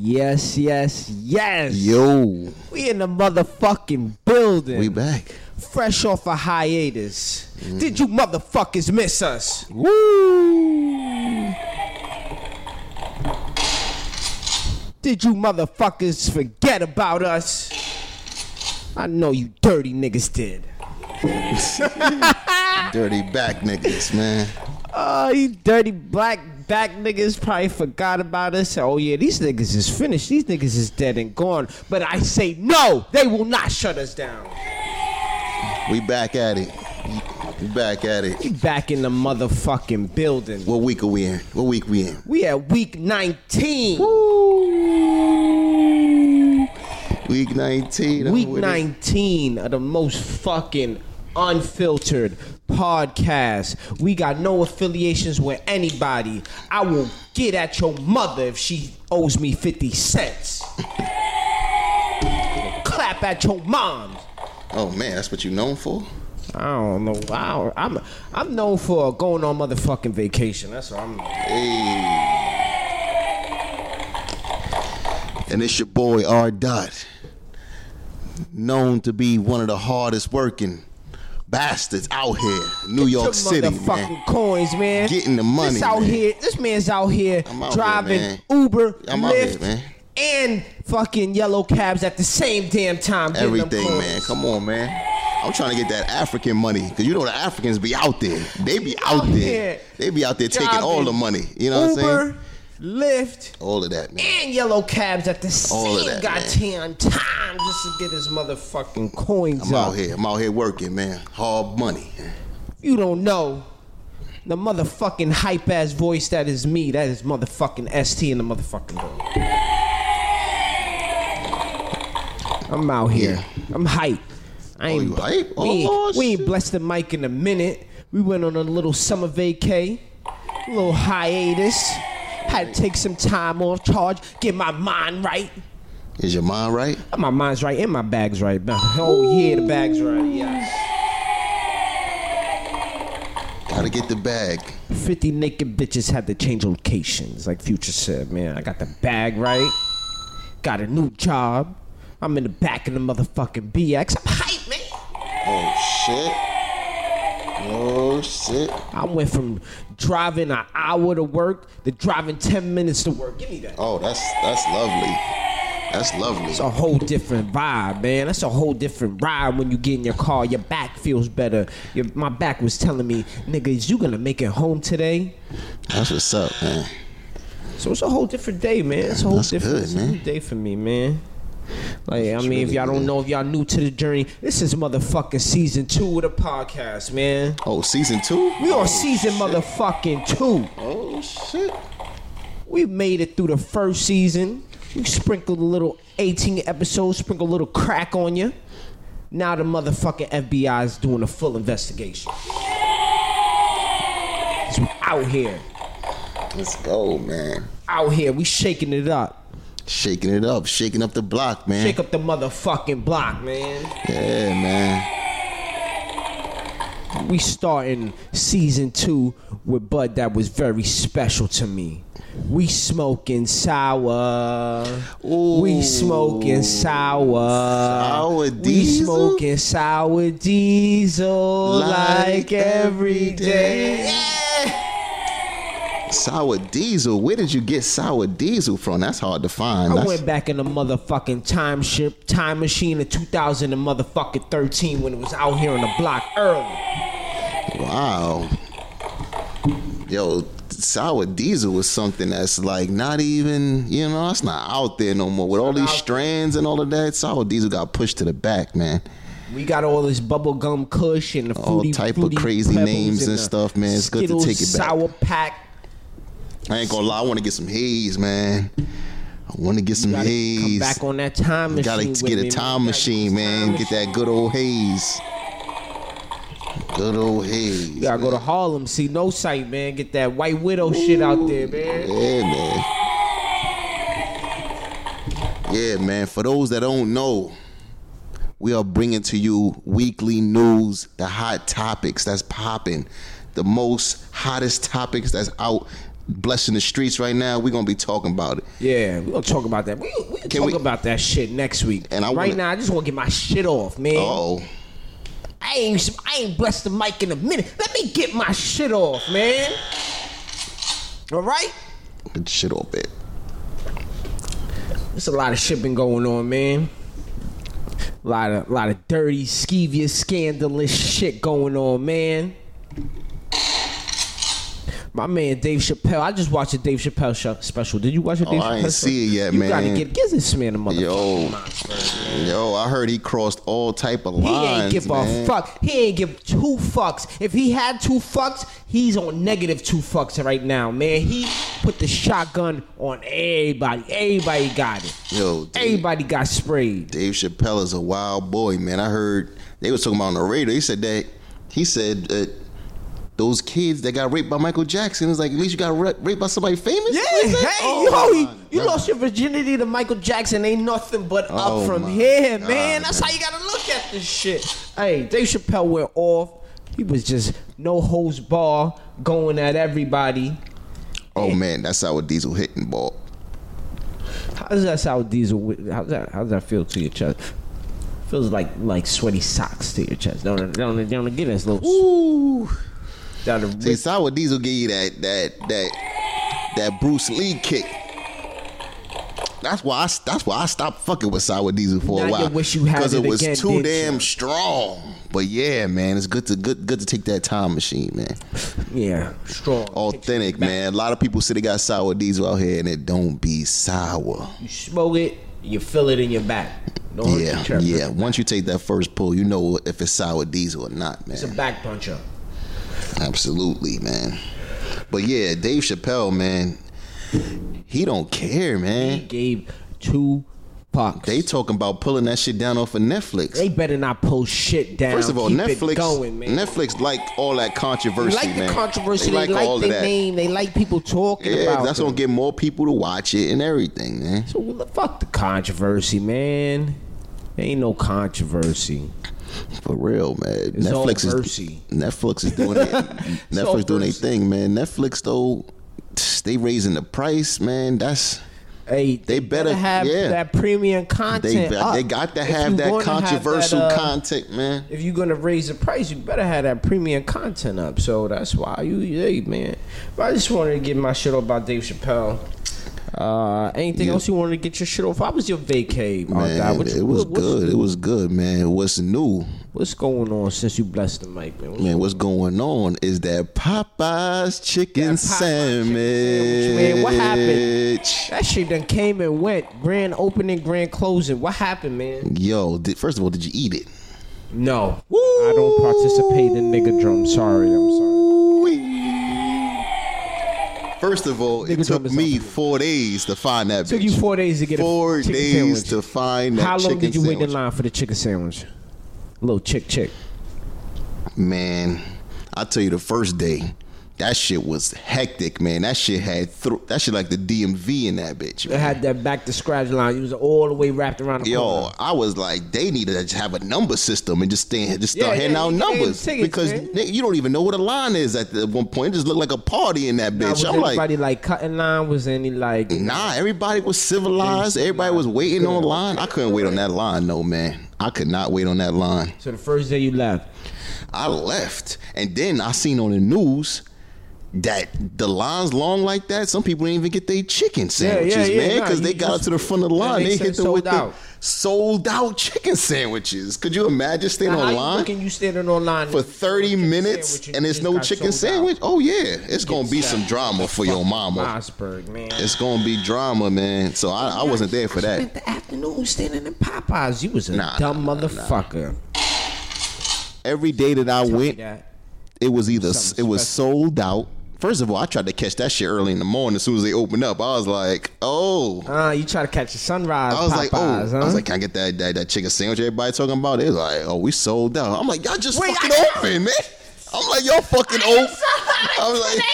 Yes, yes, yes. Yo, We in the motherfucking building. we Mm. back. Fresh off a hiatus. Did you motherfuckers miss us? Woo! Did you motherfuckers forget about us? I know you dirty niggas did. Dirty back niggas, man. Oh, you dirty black back niggas probably forgot about us. Oh yeah, these niggas is finished. These niggas is dead and gone. But I say no, they will not shut us down. We back at it. We back at it. We back in the motherfucking building. What week are we in? What week we in? We at week 19. Week 19. I'm Week with it. 19 of the most fucking unfiltered podcast. We got no affiliations with anybody. I will get at your mother if she owes me 50 cents. Clap at your mom. Oh man, that's what you known for? I don't know. I don't- I'm I'm known for going on motherfucking vacation. That's what I'm Hey. And it's your boy R. Dot, known to be one of the hardest working bastards out here, New York Took City, motherfucking man. coins, man. Getting the money, This out man. here. This man's out here I'm out here, driving man. Uber, I'm out here, Lyft, man. and fucking yellow cabs at the same damn time. getting them Everything, coins. man. Come on, man. I'm trying to get that African money because you know the Africans be out there. They be out here there. They be out there taking all the driving money. You know what I'm saying? Uber, Lyft, All of that, man. and yellow cabs at the All of same that, goddamn time just to get his motherfucking coins I'm up. out here. I'm out here working, man. Hard money. You don't know. The motherfucking hype ass voice that is me. That is motherfucking ST in the motherfucking room. I'm out here. I'm hype. I Oh, you hype? We, ain't- Oh, we ain't shit. blessed the mic in a minute. We went on a little summer vacay, a little hiatus. Had to take some time off charge, get my mind right. Is your mind right? My mind's right and my bag's right. Oh yeah, the bag's right. Yes. Gotta get the bag. 50 naked bitches had to change locations. Like Future said, man, I got the bag right. Got a new job. I'm in the back of the motherfucking BX. I'm hype, man. Oh shit. Oh shit. I went from driving an hour to work to driving 10 minutes to work. Give me that. Oh, that's that's lovely. That's lovely. It's a whole different vibe, man. That's a whole different ride when you get in your car. Your back feels better. Your, my back was telling me, nigga, is you gonna make it home today? That's what's up, man. So it's a whole different day, man. It's a whole That's different good, it's a man. new day for me, man. Like, I mean, if really y'all don't good. know, if y'all new to the journey, this is motherfucking season two of the podcast, man. Oh, season two? We on season motherfucking two. Oh shit. We made it through the first season. We sprinkled a little 18 episodes, sprinkled a little crack on you. Now the motherfucking FBI is doing a full investigation. So we out here, Let's go, man. out here, we shaking it up. Shaking it up, shaking up the block, man. Shake up the motherfucking block, man. Yeah, man. We starting season two with bud that was very special to me. We smoking sour. We Ooh. smoking sour. Sour We diesel? smoking sour diesel like, Like every every day. day. Sour Diesel. Where did you get Sour Diesel from? That's hard to find. I That's- went back in the motherfucking time ship, time machine of 2000 and motherfucking 13 when it was out here on the block early. Wow. Yo, sour diesel was something that's like not even, you know, it's not out there no more. With all these strands and all of that, sour diesel got pushed to the back, man. We got all this bubblegum kush and the All fruity, type of Fruity crazy Pebbles names and the stuff, man. It's good to Skittles take it back. Sour pack. I ain't gonna lie, I wanna get some haze, man. I wanna get some Gotta come haze. back on that time machine. Gotta with get me, a time Gotta machine, man. Get that good old haze. Good old haze. You gotta go to Harlem, see no sight, man. Get that White Widow shit out there, man. Yeah, man. Yeah, man. For those that don't know, we are bringing to you weekly news, the hot topics that's popping, the most hottest topics that's out blessing the streets right now. We're gonna be talking about it. Yeah, we're gonna talk about that. We we can Can talk we- about that shit next week. And I right wanna- now, I just want to get my shit off, man. Oh, I ain't I ain't blessed the mic in a minute. Let me get my shit off, man. All right, good shit off it. there's a lot of shit been going on, man. A lot of lot of dirty, skeevious, scandalous shit going on, man. My man Dave Chappelle. I just watched the Dave Chappelle show special. Did you watch the Dave Oh, I Chappelle ain't show? see it yet, you man. gotta get give this man a motherfucker. Yo, yo, I heard he crossed all type of He lines. ain't give man. a fuck. He ain't give two fucks. If he had two fucks, he's on negative two fucks right now, man. He put the shotgun on everybody. Everybody got it. Yo, dude. Everybody got sprayed. Dave Chappelle is a wild boy, man. I heard they was talking about on the radio. He said that he said uh, those kids that got raped by Michael Jackson is like at least you got ra- raped by somebody famous. Yeah, like that? hey, Oh, yo, he- my you God. lost your virginity to Michael Jackson. Ain't nothing but Oh, up from my here, man. God. That's how you gotta look at this shit. Hey, Dave Chappelle went off. He was just no hose ball going at everybody. Oh man, that's how a diesel hitting ball. How does that sound diesel? wi- How's that? How does that feel to your chest? Feels like like sweaty socks to your chest. Don't don't don't get us little. Ooh. Down See, the, sour diesel give you that that that that Bruce Lee kick. That's why I that's why I stopped fucking with sour diesel for Now a you while. wish you had it it was again, didn't too damn you? strong. But yeah, man, it's good to good good to take that time machine, man. yeah, strong. Authentic, man. A lot of people say they got sour diesel out here, and it don't be sour. You smoke it, you feel it in your back. Don't Yeah, hurt your chest. yeah. Once you take that first pull, you know if it's sour diesel or not, man. It's a back puncher. Absolutely, man. But yeah, Dave Chappelle, man, he don't care, He man. gave two fucks. They They, talking about pulling that shit down off of Netflix. better not pull shit down. First of all, Keep Netflix, it going, man. Netflix like all that they controversy, like man. the controversy. They like, all their of that. name. They like people talking Yeah, about. that's them. gonna get more people to watch it and everything, man. So well, fuck the controversy, man. Ain't no controversy. For real, man. all Netflix is mercy. Netflix is doing it. all Netflix doing their mercy. thing, man. Netflix though, they raising the price, man. That's Hey, They better- have yeah. that premium they content. up. they got to If have you that gonna have controversial that, uh, content, man. If you're gonna raise the price, you better have that premium content up. So that's why you, hey man. But I just wanted to get my shit off about Dave Chappelle. Uh, anything else you wanted to get your shit off? I was your vacay, Man, it was good. it was good, man. What's new, What's going on since you blessed the mic, man? What's man? What's going on is that Popeyes Popeyes chicken chicken sandwich. sandwich, man. What happened? That shit done came and went. Grand opening, grand closing. What happened, man? Yo, did, first of all, did you eat it? No. I don't participate in nigga drum. Sorry, I'm sorry. First of all, it Nigga took drum is me four days to find that. Took you bitch. four days to get a four chicken days sandwich. to find that How long chicken did you sandwich. wait in line for the chicken sandwich? Little chick chick. Man, I tell you, the first day, that shit was hectic, man. That shit had thro- that shit like the DMV in that bitch. It Man. had that back to scratch line. It was all the way wrapped around the Yo, corner. I was like, they need to just have a number system and just stand, just start Yeah, handing yeah, out you can hand numbers tickets, because man. nigga, you don't even know what a line is at the one point. It just looked like a party in that Now, bitch. was I'm like, Mm. anybody like cutting line? Was any like Nah, everybody was civilized. Everybody was waiting on line. I couldn't wait on that line, no man. I could not wait on that line. so the first day you left? I left, and then I seen on the news that the lines long like that. Some people didn't even get their chicken sandwiches, yeah, man, nah, because they you got just- up to the front of the yeah, line. they They, said hit them sold with the out. sold out chicken sandwiches. Could you imagine staying Now, on how you line? looking? You standing on line for 30 minutes and it's no chicken sandwich? Oh, yeah. It's going to be some drama for your mama. Mossberg, man. It's going to be drama, man. So I, I wasn't there for that. Spent the afternoon standing in Popeyes. You was a Nah, dumb motherfucker. every day that I went, That- it was either Something it was sold out. First of all, I tried to catch that shit early in the morning. As soon as they opened up, I was like, "Oh!" Uh, you try to catch the sunrise. I was like, "Oh!" Popeyes, huh? I was like, "Can I get that that, that chicken sandwich everybody talking about?" They was like, "Oh, we sold out." I'm like, "Y'all just Wait, fucking I- open, man." I'm like, "Y'all fucking open." I was like,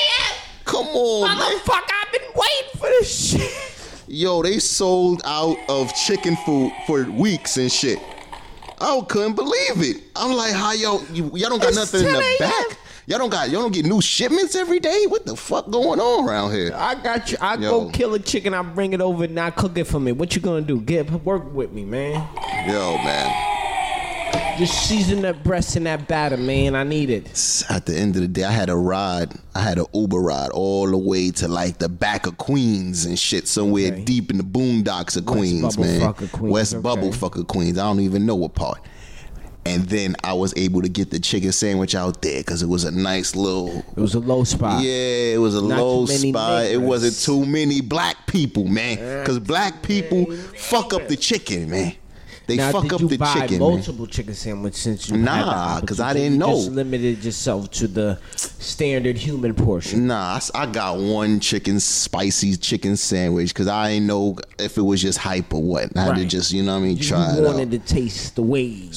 "Come on, man!" motherfucker, I've been waiting for this shit. Yo, they sold out of chicken food for weeks and shit. I couldn't believe it. I'm like, how y'all, you, y'all don't got It's nothing in 10 the a.m. back? Y'all don't got y'all don't get new shipments every day. What the fuck going on around here? I got you. I Yo. go kill a chicken. I bring it over and I cook it for me. What you gonna do? Get work with me, man. Yo, man. Just season that breast in that batter, man. I need it. S- At the end of the day, I had a ride. I had an Uber ride all the way to like the back of Queens and shit, somewhere Okay. deep in the boondocks of Queens, man. Bubblefucker, Queens, West okay. Bubblefucker Queens. I don't even know what part. And then I was able to get the chicken sandwich out there because it was a nice little It was a low spot. Yeah, it was a Ah. Not low too many spot. It niggas. wasn't too many black people, man. Because black people fuck up the chicken, man. They Now, fuck did up you the buy chicken, man. multiple chicken sandwiches since you had the Nah, 'cause I opportunity? didn't You know. Just limited yourself to the standard human portion. Nah, I s- I, got one chicken spicy chicken sandwich because I ain't know if it was just hype or what. I had to Right. just, you know what I mean, You try it out. wanted to taste the wave.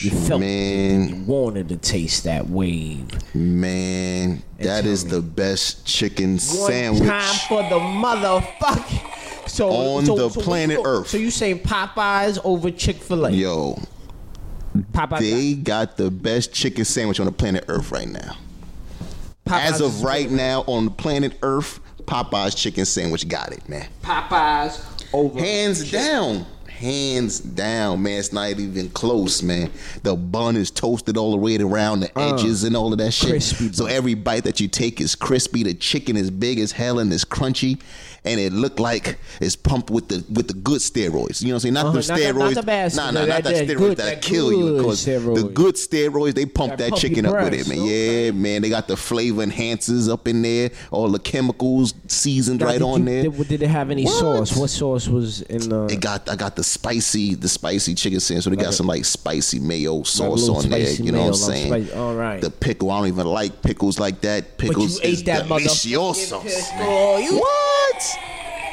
You felt it. uh, Man, You wanted to taste that wave. man, that tell is me. the best chicken One sandwich. time for the motherfucking. So, On so- the so what planet you- Earth. So you saying Popeyes over Chick Fil A? Yo, Popeyes, they got the best chicken sandwich on the planet Earth right now. Popeyes As of is- right now on the planet Earth, Popeye's chicken sandwich got it, man. Popeyes over Hands down. Hands down, man. It's not even close, man. The bun is toasted all the way around the edges and all of that shit. Uh, Crispy So every bite that you take is crispy. The chicken is big as hell and it's crunchy. And it look like it's pumped with the with the good steroids. You know what I'm saying? Not Uh-huh. the Not the- steroids. not the bad nah, steroids. nah, not That- that, that steroids good- that'll that kill you. good Because the steroids. good steroids, they pump That that, pump chicken your up with it, breasts. man. Okay. Yeah, man. They got the flavor enhancers up in there, all the chemicals seasoned Now, right did on you- there. Did, did it have any What? sauce? What sauce was in the? It got I got the spicy the spicy chicken sandwich. So they got some like spicy mayo sauce little on there. spicy You know mayo, what I'm little saying? spice- all right. The pickle. I don't even like pickles like that. Pickles ate is that delicioso. motherfucking man. pickle. Oh, You- What?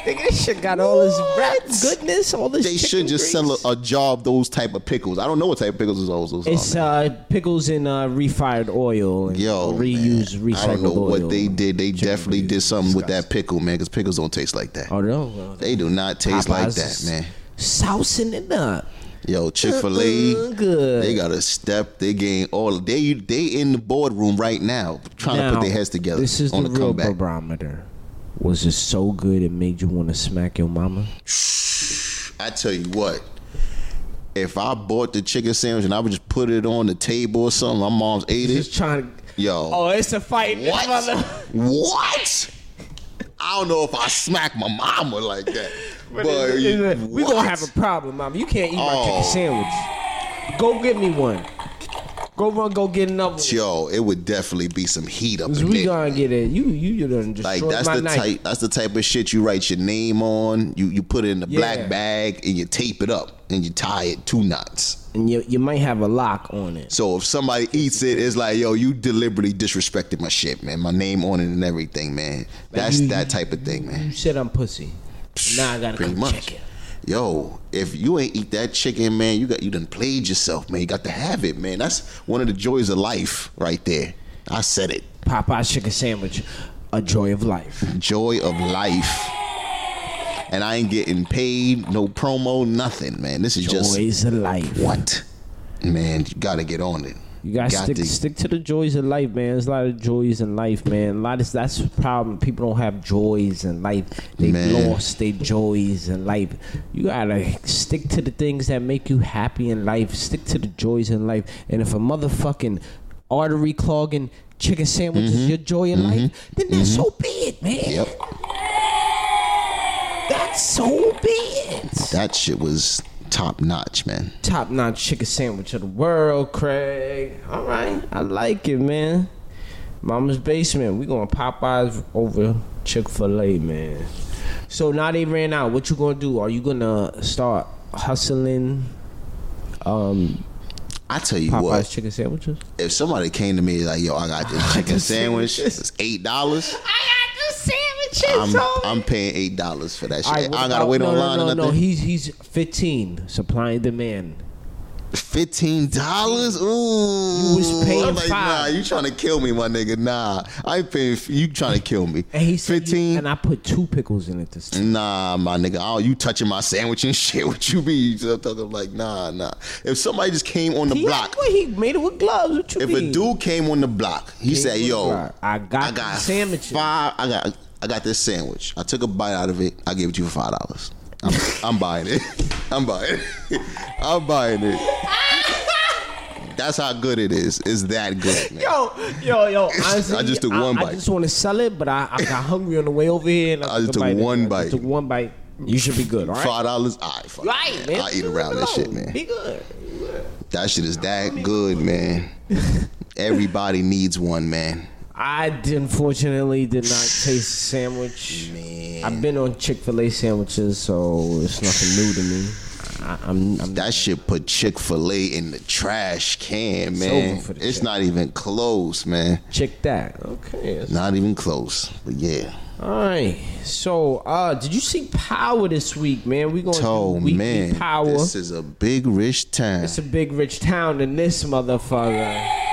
Nigga, this shit got all this rap What? goodness, all this. They chicken should grease. just sell a, a jar of those type of pickles. I don't know what type of pickles is those. those It's are, man. uh, pickles in uh, refired oil and Yo, reused man, recycled I don't know oil. what they did. They definitely did something with that pickle, man. Because pickles don't taste like that. Oh no, well, They do not taste like Popeyes that, is man. Sousing it up. Yo, Chick Fil Uh-uh, A, good. they gotta step their game. All they they in the boardroom right now, trying to Now, put their heads together. This is on the, the real comeback. barometer. Was it so good it made you want to smack your mama? I tell you what, if I bought the chicken sandwich and I would just put it on the table or something, my mom's ate Just it. trying to. Yo, Oh, it's a fight, this what? mother. What? I don't know if I smack my mama like that, but, But it's- it's a- we what? gonna have a problem, Mama. You can't eat my Oh. chicken sandwich. Go get me one. Go run. Go get another. one. Yo, it would definitely be some heat up in We there. gonna get it. You you you done Like destroyed that's my the night. type that's the type of shit you write your name on. You you put it in the Yeah. black bag and you tape it up and you tie it two knots. And you you might have a lock on it. So if somebody eats it, it's like, yo, you deliberately disrespected my shit, man. My name on it and everything, man. That's you- that type of thing, You man. said I'm pussy. Now I gotta Pretty come much. check it. Yo, if you ain't eat that chicken, man, you got you done played yourself, man. You got to have it, man. That's one of the joys of life right there. I said it. Popeye's chicken sandwich, a joy of life. joy of life. And I ain't getting paid, no promo, nothing, man. This is just Joys of life. what? Man, you gotta get on it. You gotta Got stick to- stick to the joys of life, man. There's a lot of joys in life, man. A lot of that's the problem. People don't have joys in life. They've Man. lost their joys in life. You gotta stick to the things that make you happy in life. Stick to the joys in life. And if a motherfucking artery clogging chicken sandwich Mm-hmm. is your joy in life, then that's so be it, man. Yep. That's so be it. That shit was top notch, man. Top notch chicken sandwich of the world, Craig. All right, I like it, man. Mama's basement. We going Popeyes over Chick Fil A, man. So now they ran out. What you gonna do? Are you gonna start hustling um, I tell you Popeyes what, chicken sandwiches? if somebody came to me like, yo, I got this chicken sandwich, it's eight dollars. I got the sandwiches. I'm I'm paying eight dollars for that shit. All right, I what gotta about- wait no, online No, no, or no. nothing. He's he's 15. Supply and demand. Fifteen dollars? Ooh, You was paying I'm like, nah, five. you trying to kill me, my nigga? Nah, I ain't paying. f- You trying to kill me? And he said, fifteen. and I put two pickles in it this time. Nah, my nigga. Oh, you touching my sandwich and shit? What you mean? I'm talking like, nah, nah. If somebody just came on the He, block, well, he made it with gloves. What you if mean? a dude came on the block, he Came said, with yo, gloves. I got, I got sandwiches. Five. I got. I got this sandwich. I took a bite out of it. I gave it to you for five dollars. I'm, I'm buying it. I'm buying it. I'm buying it. That's how good it is. It's that good, man. Yo, yo, yo! Honestly, I just took one I bite. just want to sell it, but I, I got hungry on the way over here, and I, I just a took bite of it. one I just bite. took one bite. You should be good, all right? Five dollars. All right, fuck it, Right, man. I eat around that shit, man. Be good. That shit is that good, man. Everybody needs one, man. I did- unfortunately did not taste the sandwich. I've been on Chick Fil A sandwiches, so it's nothing new to me. I, I'm, I'm That shit put Chick Fil A in the trash can, over man. for the It's Chick. not even close, man. check that. Okay, that's- Not even close. But yeah. all right. So, uh, did you see Power this week, man? We going Oh to do weekly man, Power. this is a big rich town. It's a big rich town in this motherfucker.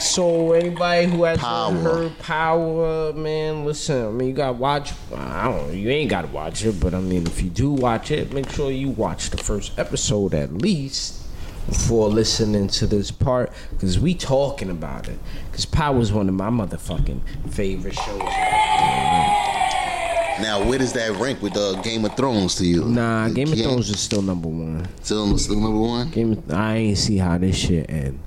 So anybody who hasn't Power. heard Power, man, listen. I mean, you gotta watch. I don't. know, You ain't gotta watch it, but I mean, if you do watch it, make sure you watch the first episode at least before listening to this part, cause we talking about it. Cause Power's one of my motherfucking favorite shows. Now, where does that rank with uh, Game of Thrones to you? Nah, You Game of can't- Thrones is still number one. Still, still number one. Game. Of, I ain't see how this shit end.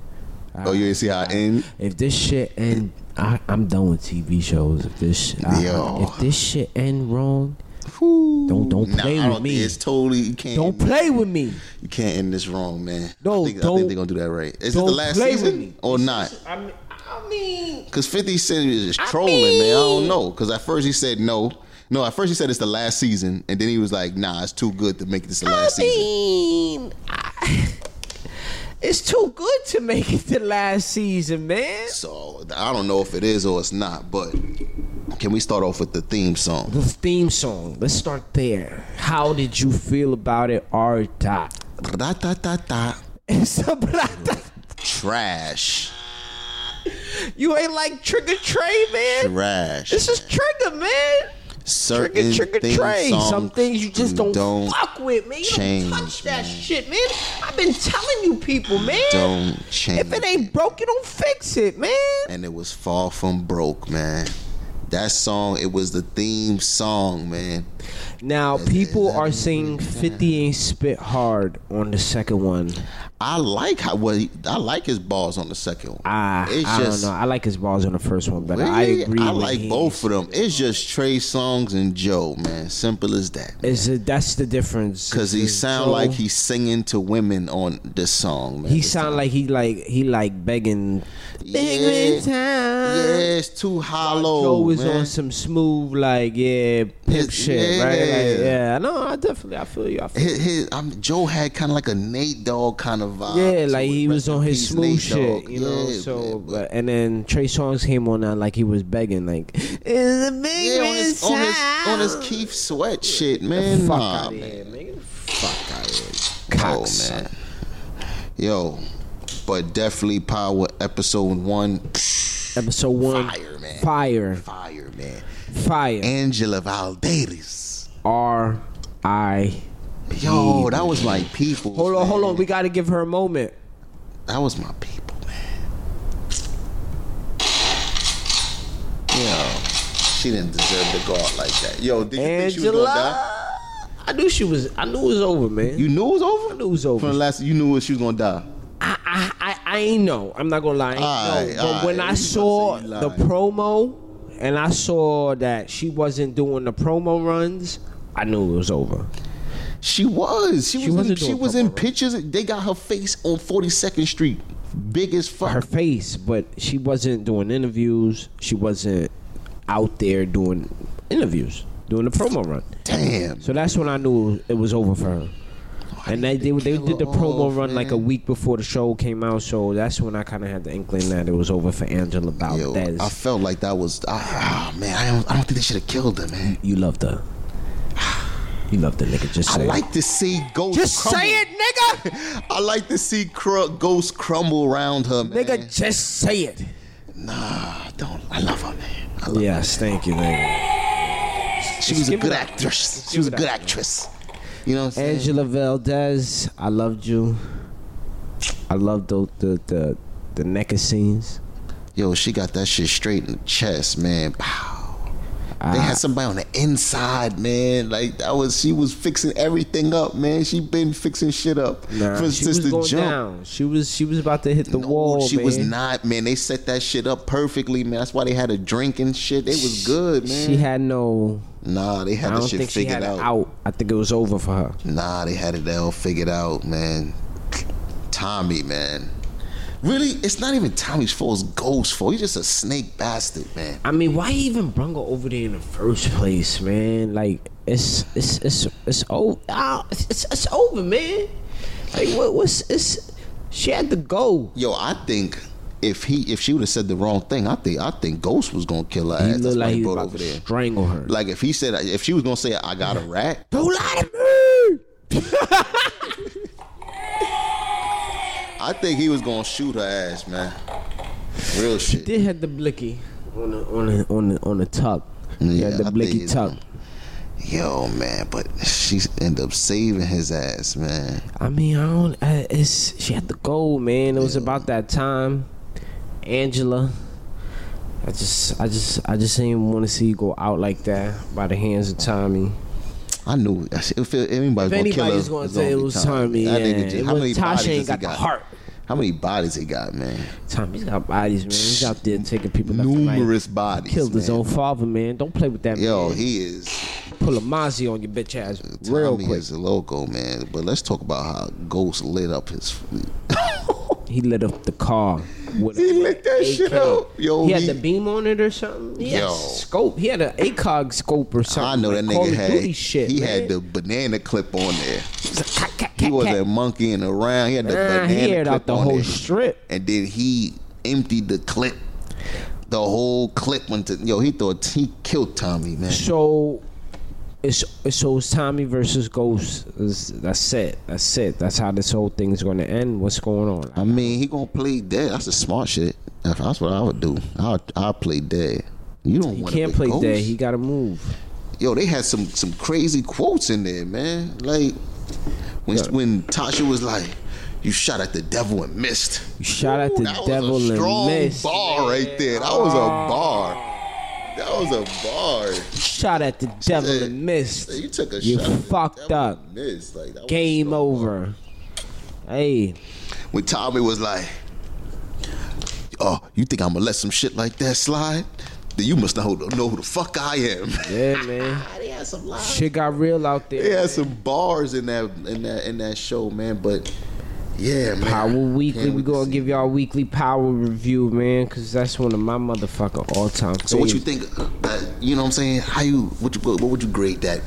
Oh, you didn't see how it end? If this shit end, I, I'm done with TV shows. If this shit, I- Yo. if this shit end wrong, Whew. don't don't Nah, play I with don't me. think it's totally you can't. Don't play with me. You can't end this wrong, man. No, I think, I don't- think they're gonna do that right. Is it the don't last play with me. season or not? I mean, I mean, Because 50 Cent is just trolling, man. I don't know. Because at first he said no. No, at first he said it's the last season. And then he was like, nah, it's too good to make this the last I season. mean, I- it's too good to make it the last season, man. So I don't know if it is or it's not. But can we start off with the theme song? The theme song. Let's start there. How did you feel about it, R. Dot? Da, da, da, da. It's a black- Trash. You ain't like Trigger Trey, man. Trash. This is Trigger, man. Certain Trigger, trigger, theme tray. songs Some things you just don't, fuck with, man. You change, don't touch that man. shit, man. I've been telling you people, man. Don't change. If it ain't broke, you don't fix it, man. and it was far from broke, man. That song, it was the theme song, man. Now, people are saying 50 ain't spit hard on the second one. I like how well he, I like his balls on the second one. I, I don't know. I like his balls on the first one, but I really, agree. I with like him. both of them. It's just Trey songs and Joe, man. Simple as that. Is it, that's the difference? Cause he Is sound Joe- like he's singing to women on this song, man. He It's sound like he like he like begging. Yeah. Begging time. yeah, it's too hollow. Joe is man. on some smooth, like yeah, pimp His- shit, right? Like, yeah. yeah, no, I definitely, I feel you. I feel his, his um, Joe had kind of like a Nate Dogg kind of vibe. yeah, to like it. he was Rest in on his peace, smooth Nate shit, Dogg. you know. Yeah, so, man, but, and then Trey Songz came on that like he was begging, like it's a big yeah, on his, on his on his time." Keith Sweat shit, man. Fuck Nah, out man. here, man. Get the Fuck out here, Oh Cox. man, yo, but definitely power episode one. Episode one, Fire, man. fire, Oh, Fire, man. fire. Angela Valderis. R I. Yo, that was my people. Hold on, hold on. We gotta give her a moment. That was my people, man. Yo, she didn't deserve to go out like that. Yo, did you think she was gonna die? Angela. I knew she was. I knew it was over, man. You knew it was over. I knew it was over. From the last, you knew she was gonna die. I, I, I, I ain't know. I'm not gonna lie. I ain't Aight, know. But aight. when You I about to saw say you the lying. promo and I saw that she wasn't doing the promo runs, I knew it was over. She was. She, was. In, wasn't she doing was in proper, right? pictures. They got her face on Forty Second Street, big as fuck. Her face, but she wasn't doing interviews. She wasn't out there doing interviews, doing the promo run. Damn. So that's when I knew it was over for her. And they did, they kill did the her promo off, run like a man? week before the show came out, so that's when I kind of had the inkling that it was over for Angela Yo, Valdez. I felt like that was. Ah, ah, man, I don't, I don't think they should have killed her, man. You love the. You love the nigga. Just I say. it. like to see Ghost. Just come say on. it nigga. I like to see cr- ghosts crumble around her, man. nigga, just say it. Nah, don't. I love her, man. I love Yes, thank you, nigga. her. She was a give good it up. actress. She give was a it good up. actress. You know what I'm saying? Angela Valdez, I loved you. I loved the the the, the naked scenes. Yo, she got that shit straight in the chest, man. Pow. They Ah. had somebody on the inside, man. Like that was she was fixing everything up, man. She been fixing shit up Nah, for- she since was the going jump. down. She was she was about to hit the No, wall. she was man. not, man. They set that shit up perfectly, man. That's why they had a drink and shit. It was good, man. She had no. nah, they had I that don't shit think she had figured it out. out. I think it was over for her. Nah, they had it all figured out, man. Tommy, man. Really, it's not even Tommy's fault. It's Ghost's fault. He's just a snake bastard, man. I mean, why he even brung her over there in the first place, man? Like it's it's it's it's over. It's, it's it's over, man. Like what was it's. She had to go. Yo, I think if he if she would have said the wrong thing, I think I think Ghost was gonna kill her He ass. That's looked why like he he was brought about over to there. strangle her. Like if he said if she was gonna say I got a rat, Don't lie to me. I think he was gonna shoot her ass, man. Real shit. Did have the blicky on the on the on the on the tuck. Yeah, Yeah, I the think blicky he's tuck. gonna- Yo, man, but she ended up saving his ass, man. I mean, I don't. I, it's she had to go, man. It was about that time, Angela. I just, I just, I just didn't want to see you go out like that by the hands of Tommy. I knew If if anybody's gonna kill her, anybody's gonna it's say it be was Tommy, That yeah, nigga just- it how was- many Tasha bodies ain't has got he the got? heart. How many bodies he got, man? Tommy's got bodies, man. He's out there taking people left and right. Numerous bodies. Killed his man. own father, man. Don't play with that Yo, man. he is. Pull a Mozzie on your bitch ass real Tommy quick. is a loco, man. But let's talk about how Ghost lit up his. He lit up the car. With He lit that AK. shit up. Yo, he had he- the beam on it or something. He had Yo. scope. He had an ACOG scope or something. I know that like Call nigga of Duty had. shit. he man. had the banana clip on there. Cat, cat, He cat, wasn't cat. monkeying around. He had the Nah, banana he aired clip out the on whole there. strip. and then he emptied the clip, the whole clip went to yo. He thought he killed Tommy, man. So it's so it's Tommy versus Ghost. It's- that's it. That's it. That's how this whole thing is going to end. What's going on? I mean, he gonna play dead. That's the smart shit. That's that's what I would do. I I play dead. You don't He want can't play ghost. dead. He got to move. yo, they had some some crazy quotes in there, man. Like when when Tasha was like, "You shot at the devil and missed." Shout out Ooh, to that was Devil a strong and Oh. Miss. bar right there. That was a bar. That was a bar. Shot at the Devil Shit. and Miss. You took a You shot. at the fucked devil up. and missed. Like, that was a Game strong bar. over. Hey, when Tommy was like, "Oh, you think I'm gonna let some shit like that slide? Then you must know who, know who the fuck I am." yeah, man. they had some lines. Shit got real out They there. had some bars in that in that in that show, man. But yeah, man. Power Weekly. Can't We wait to gonna see. give y'all a weekly power review, man, cause that's one of my motherfucking all time. So what you think? Uh, you know what I'm saying? How you? What you? What would you grade that?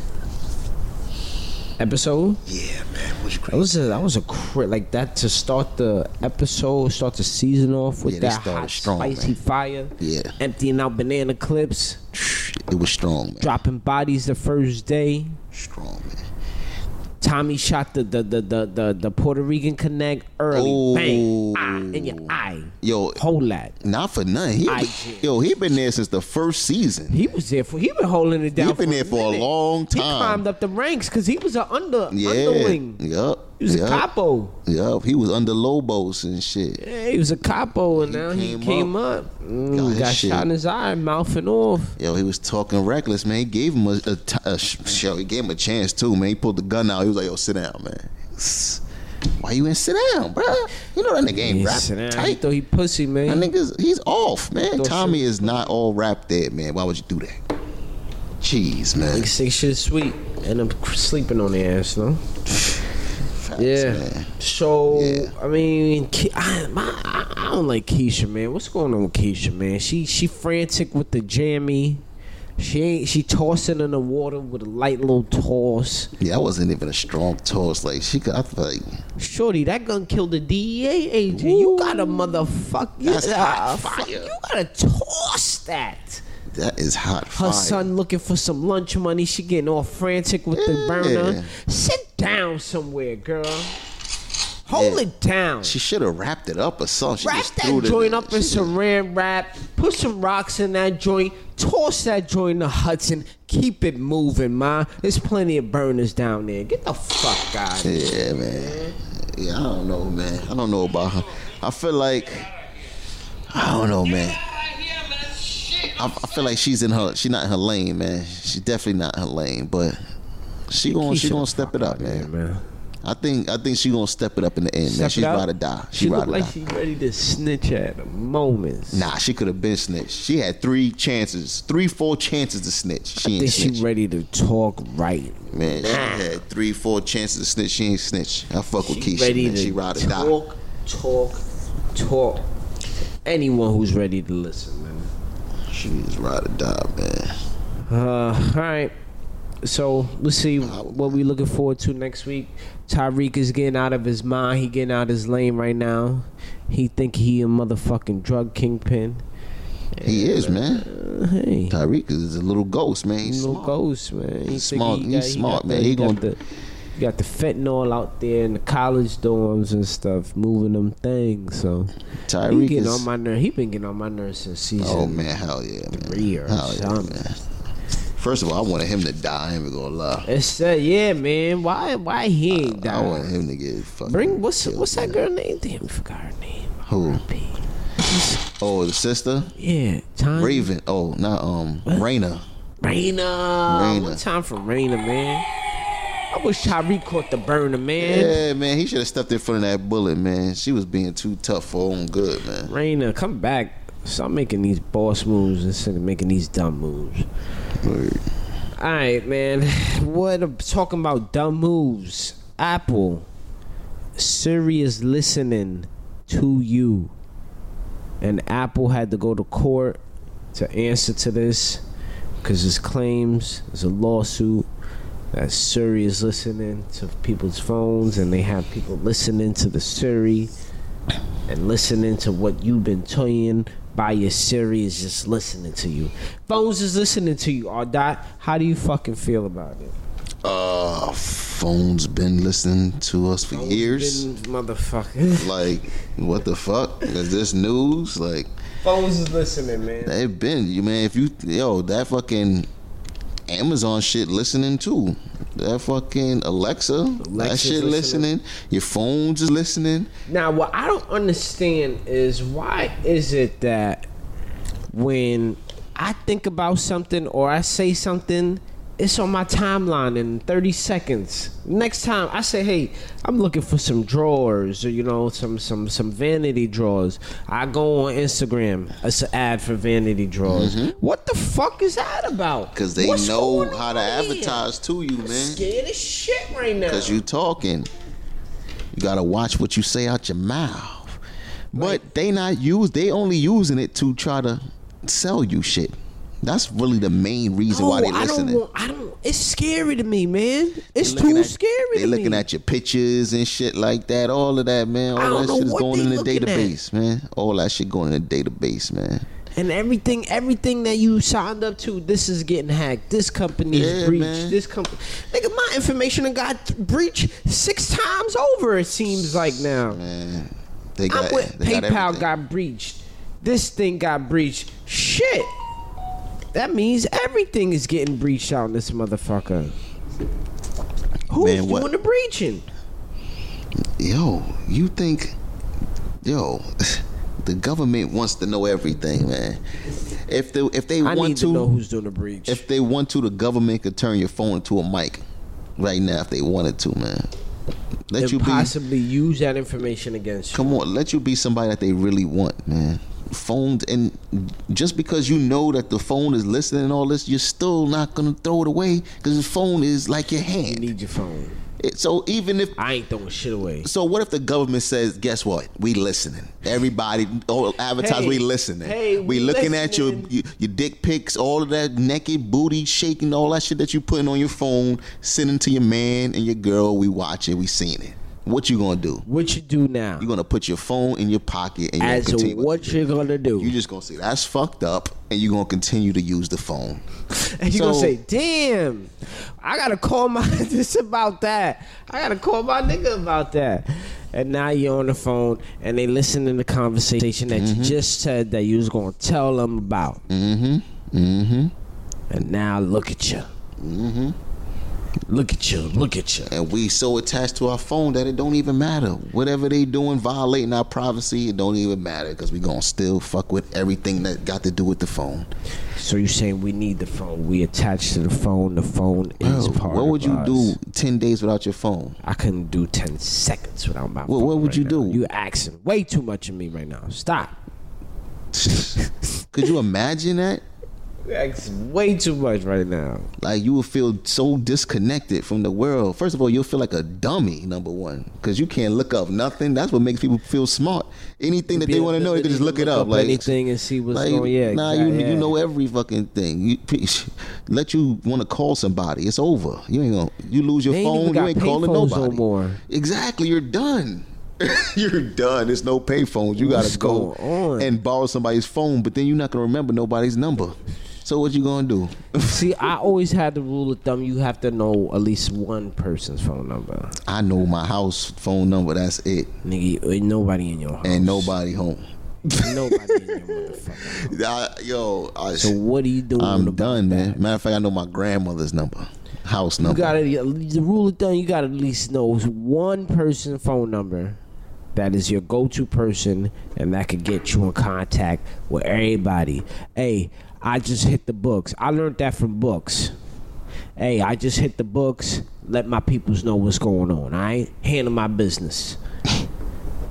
episode? Oh. Yeah, man. What you grade? That was a that was a crit like that to start the episode, start the season off with Yeah, they that started hot strong, spicy man. fire. Yeah. emptying out banana clips, it was strong, man. dropping bodies the first day. Strong, man. Tommy shot the the the the the, the Puerto Rican connect early, Ooh. bang, ah, in your eye. Yo, Hold that. not for nothing. He, I did. yo, he been there since the first season. He was there for. He been holding it down. He been there for a minute. long He time. climbed up the ranks because he was an under Yeah. underling. Yup. He was yup, a capo. Yup. He was under Lobos and shit. Yeah, he was a capo, and now came he came up. Mm, Got his got shit. shot in his eye, mouthing off. Yo, he was talking reckless, man. He gave him a, a, t- a sh- show. He gave him a chance too, man. He pulled the gun out. He was like, "Yo, sit down, man. Why you ain't sit down, bro? You know that nigga ain't Yeah, wrapped sit down. He tight. thought he pussy, That man. nigga's he's off, man. Thought Tommy is not all wrapped there, man. Why would you do that? Jeez, man. Like say shit sweet, and I'm cr- sleeping on the ass, no. Facts, Yeah. man. So Yeah. I mean, Ke- I, my, I, I don't like Keisha, man. What's going on with Keisha, man? She she frantic with the jammy. She ain't, she tossing in the water with a light little toss. Yeah, that wasn't even a strong toss. Like she got I feel like Shorty, that gun killed the DEA agent. You gotta motherfucker. You, That's uh, hot fuck, fire. you gotta toss that. that is hot Her fire. son looking for some lunch money. She getting all frantic with the Yeah. burner. Sit down somewhere, girl. Hold Yeah. it down. She should have wrapped it up or something. She Wrap just threw that the- joint up in she just- saran wrap. Put some rocks in that joint. Toss that joint in the Hudson. Keep it moving, ma. There's plenty of burners down there. Get the fuck out. Of Yeah, man. Yeah, I don't know, man. I don't know about her. I feel like I don't know, man. I, I feel like she's in her. She's not in her lane, man. She's definitely not in her lane, but she gonna she Keisha gonna the step fuck it up, outta here, man. man. I think I think she gonna step it up in the end, man. Step She's it up. about to die. She, She looked about to like die. she ready to snitch at the moments. Nah, she could have been snitched. She had three chances, three, four chances to snitch. She ain't Think snitch. she ready to talk right? Man, she had three, four chances to snitch. She ain't snitch. I fuck with She Keisha. ready man. to she ride or die. talk, talk, talk. Anyone who's ready to listen, man. She's ride or die, man. Uh, all right. So let's see what we looking forward to next week. Tyreek is getting out of his mind. He getting out his lane right now. He think he a motherfucking drug kingpin. He is, man. Uh, hey, Tyreek is a little ghost, man. He's no smart. ghost, man. He He's think smart. He's smart, man. He got gonna- the, he got the fentanyl out there in the college dorms and stuff, moving them things. So he Tyreek getting is. on my nerve. He been getting on my nerves since season. oh man, hell yeah, man. three or hell something. Yeah, man. First of all, I wanted him to die. I ain't even gonna lie. It's uh, yeah, man. Why why he ain't I dying? wanted him to get fucking. Bring what's killed, what's that man. girl name? Damn, I forgot her name. Who? R.I.P.. Oh, the sister. Yeah, time Raven. Oh, not um Raina. Raina. Raina. One time for Raina, man. I wish Tyreek caught the burner, man. Yeah, man, he should have stepped in front of that bullet, man. She was being too tough for her own good, man. Raina, come back. Stop making these boss moves instead of making these dumb moves. All right, man. What a- talking about dumb moves? Apple, serious listening to you, and Apple had to go to court to answer to this because his claims is a lawsuit that's serious listening to people's phones, and they have people listening to the Siri and listening to what you've been toying by your Siri is just listening to you. Phones is listening to you, R. Dot. How do you fucking feel about it? Uh, phones been listening to us for years. Been- motherfucker. Like, what the fuck is this news? Like, Phones is listening, man. they've been you man. If you yo that fucking Amazon shit listening too. That fucking Alexa, that Alexa's shit listening. listening. Your Your phones is listening. Now, what I don't understand is why is it that when I think about something or I say something, it's on my timeline in 30 seconds. Next time I say, "Hey, I'm looking for some drawers, or you know, some some some vanity drawers." I go on Instagram. It's an ad for vanity drawers. Mm-hmm. What the fuck is that about? Cause they What's know going how on to here? advertise to you, man. Scared as shit right now. Cause you talking. You gotta watch what you say out your mouth. But they not use they only using it to try to sell you shit. That's really the main reason why they No, Oh, I listening. don't want. I don't. It's scary to me, man. It's looking too at- scary. They to looking me. at your pictures and shit like that. All of that, man. I All don't that know shit is what going they in the looking at. database, man. All that shit going in the database, man. and everything. Everything that you signed up to, this is getting hacked. This company's Yeah, breached. man. This company, nigga, my information done got th- breached six times over. It seems like now. Man, they got I'm with they got PayPal everything. got breached. This thing got breached. Shit. That means everything is getting breached out in this motherfucker. Who's Man, what- doing the breaching? Yo, you think? Yo, the government wants to know everything, man. If they if they I want need to, know who's doing the breach. if they want to, the government could turn your phone into a mic right now if they wanted to, man. Let and you be possibly use that information against you. Come on, let you be somebody that they really want, man. Phones and just because you know that the phone is listening and all this, you're still not gonna throw it away because the phone is like your You hand. need your phone. It, so even if I ain't throwing shit away. so, what if the government says, "Guess what? We listening. Everybody, all advertise. Hey, we listening. hey, we we looking listening." at your, your your dick pics, all of that naked booty shaking, all that shit that you putting on your phone, sending to your man and your girl. We watching. We seeing it. What you gonna do? What you do now? You're gonna put your phone in your pocket and you're As gonna to continue. what you're gonna do? You're just gonna say that's fucked up, and you're gonna continue to use the phone. and you're So- gonna say, "Damn, I gotta call my this about that. I gotta call my nigga about that." and now you're on the phone and they listen in the conversation that you just said that you was gonna tell them about. Mm-hmm. Mm-hmm. And now look at you. Mm-hmm. Look at you. Look at you. And we so attached to our phone that it don't even matter. Whatever they doing violating our privacy, it don't even matter because we gonna still fuck with everything that got to do with the phone. So you saying we need the phone? We attached to the phone. The phone is Bro, part. what of would you us. do ten days without your phone? I couldn't do ten seconds without my. Well, phone what would right you now. do? You asking way too much of me right now. Stop. Could you imagine that? You asking way too much right now. Like you will feel so disconnected from the world. First of all, you'll feel like a dummy. Number one, because you can't look up nothing. That's what makes people feel smart. Anything that they want to know, they can just look it up. Like anything and see what's Like, going. Yeah, nah, exact- you, yeah. you know every fucking thing. You, let you want to call somebody, it's over. You ain't gonna. You lose your They ain't even phone, got you ain't calling payphones no nobody. more. Exactly, you're done. you're done. There's no payphones. You What's gotta go going on? and borrow somebody's phone, but then you're not gonna remember nobody's number. So what you gonna do? See, I always had the rule of thumb: you have to know at least one person's phone number. I know my house phone number. That's it, Nigga, ain't nobody in your house. and nobody home. Oh, nobody in your motherfucker. I, yo, I, So what are you doing? I'm about done, that? man. Matter of fact, I know my grandmother's number, house You number. gotta the rule of thumb. You gotta at least know one person phone number that is your go-to person, and that could get you in contact with everybody. Hey, I just hit the books. I learned that from books. Hey, I just hit the books. Let my peoples know what's going on. I ain't handle my business.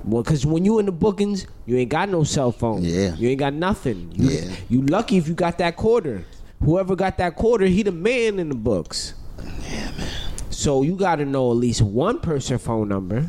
Well, cause when you in the bookings, you ain't got no cell phone. Yeah. you ain't got nothing. You, Yeah. you lucky if you got that quarter. Whoever got that quarter, he the man in the books. So you got to know at least one person phone number,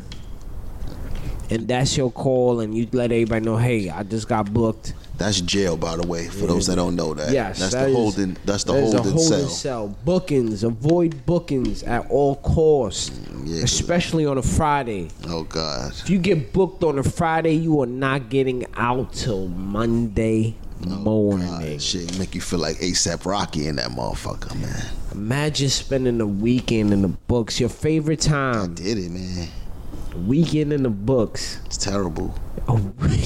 and that's your call, and you let everybody know, hey, I just got booked. That's jail, by the way, for those that don't know that. Yes, that's that the is- holding. That's the that is holding, cell. Bookings, avoid bookings at all costs, yeah. especially on a Friday. Oh God, If you get booked on a Friday, you are not getting out till Monday morning. God shit, make you feel like ASAP Rocky in that motherfucker, man. Imagine spending the weekend in the books, your favorite I time, did it, man. weekend in the books. It's terrible. Oh,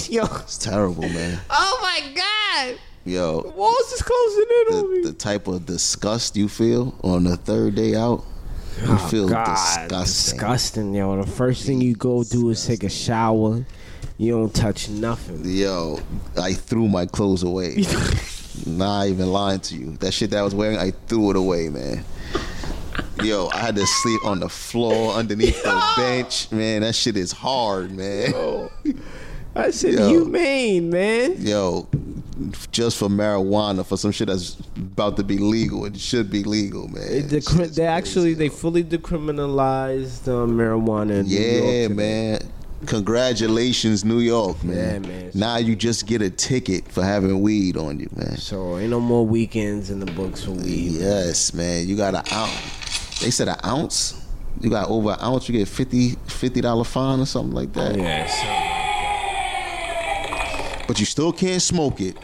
yo, It's terrible, man. oh my God. Yo, Walls is closing in the, the type of disgust you feel on the third day out, you Oh, feel disgusting. disgusting, yo. The first thing you go do is take a shower. You don't touch nothing. Yo, I threw my clothes away. Not even lying to you. That shit that I was wearing, I threw it away, man. Yo, I had to sleep on the floor underneath the bench. Man, that shit is hard, man. That shit Yo. humane, man. Yo, just for marijuana, for some shit that's about to be legal. It should be legal, The, cri- man. Shit is they crazy, actually yo. they fully decriminalized um, marijuana in New Yeah, York today. man. Congratulations, New York, man. Yeah, man. Now you just get a ticket for having weed on you, man. So ain't no more weekends in the books for weed. Yes, man. You got an ounce. They said an ounce. You got over an ounce, you get 50 dollar fine or something like that. Yes. But you still can't smoke it.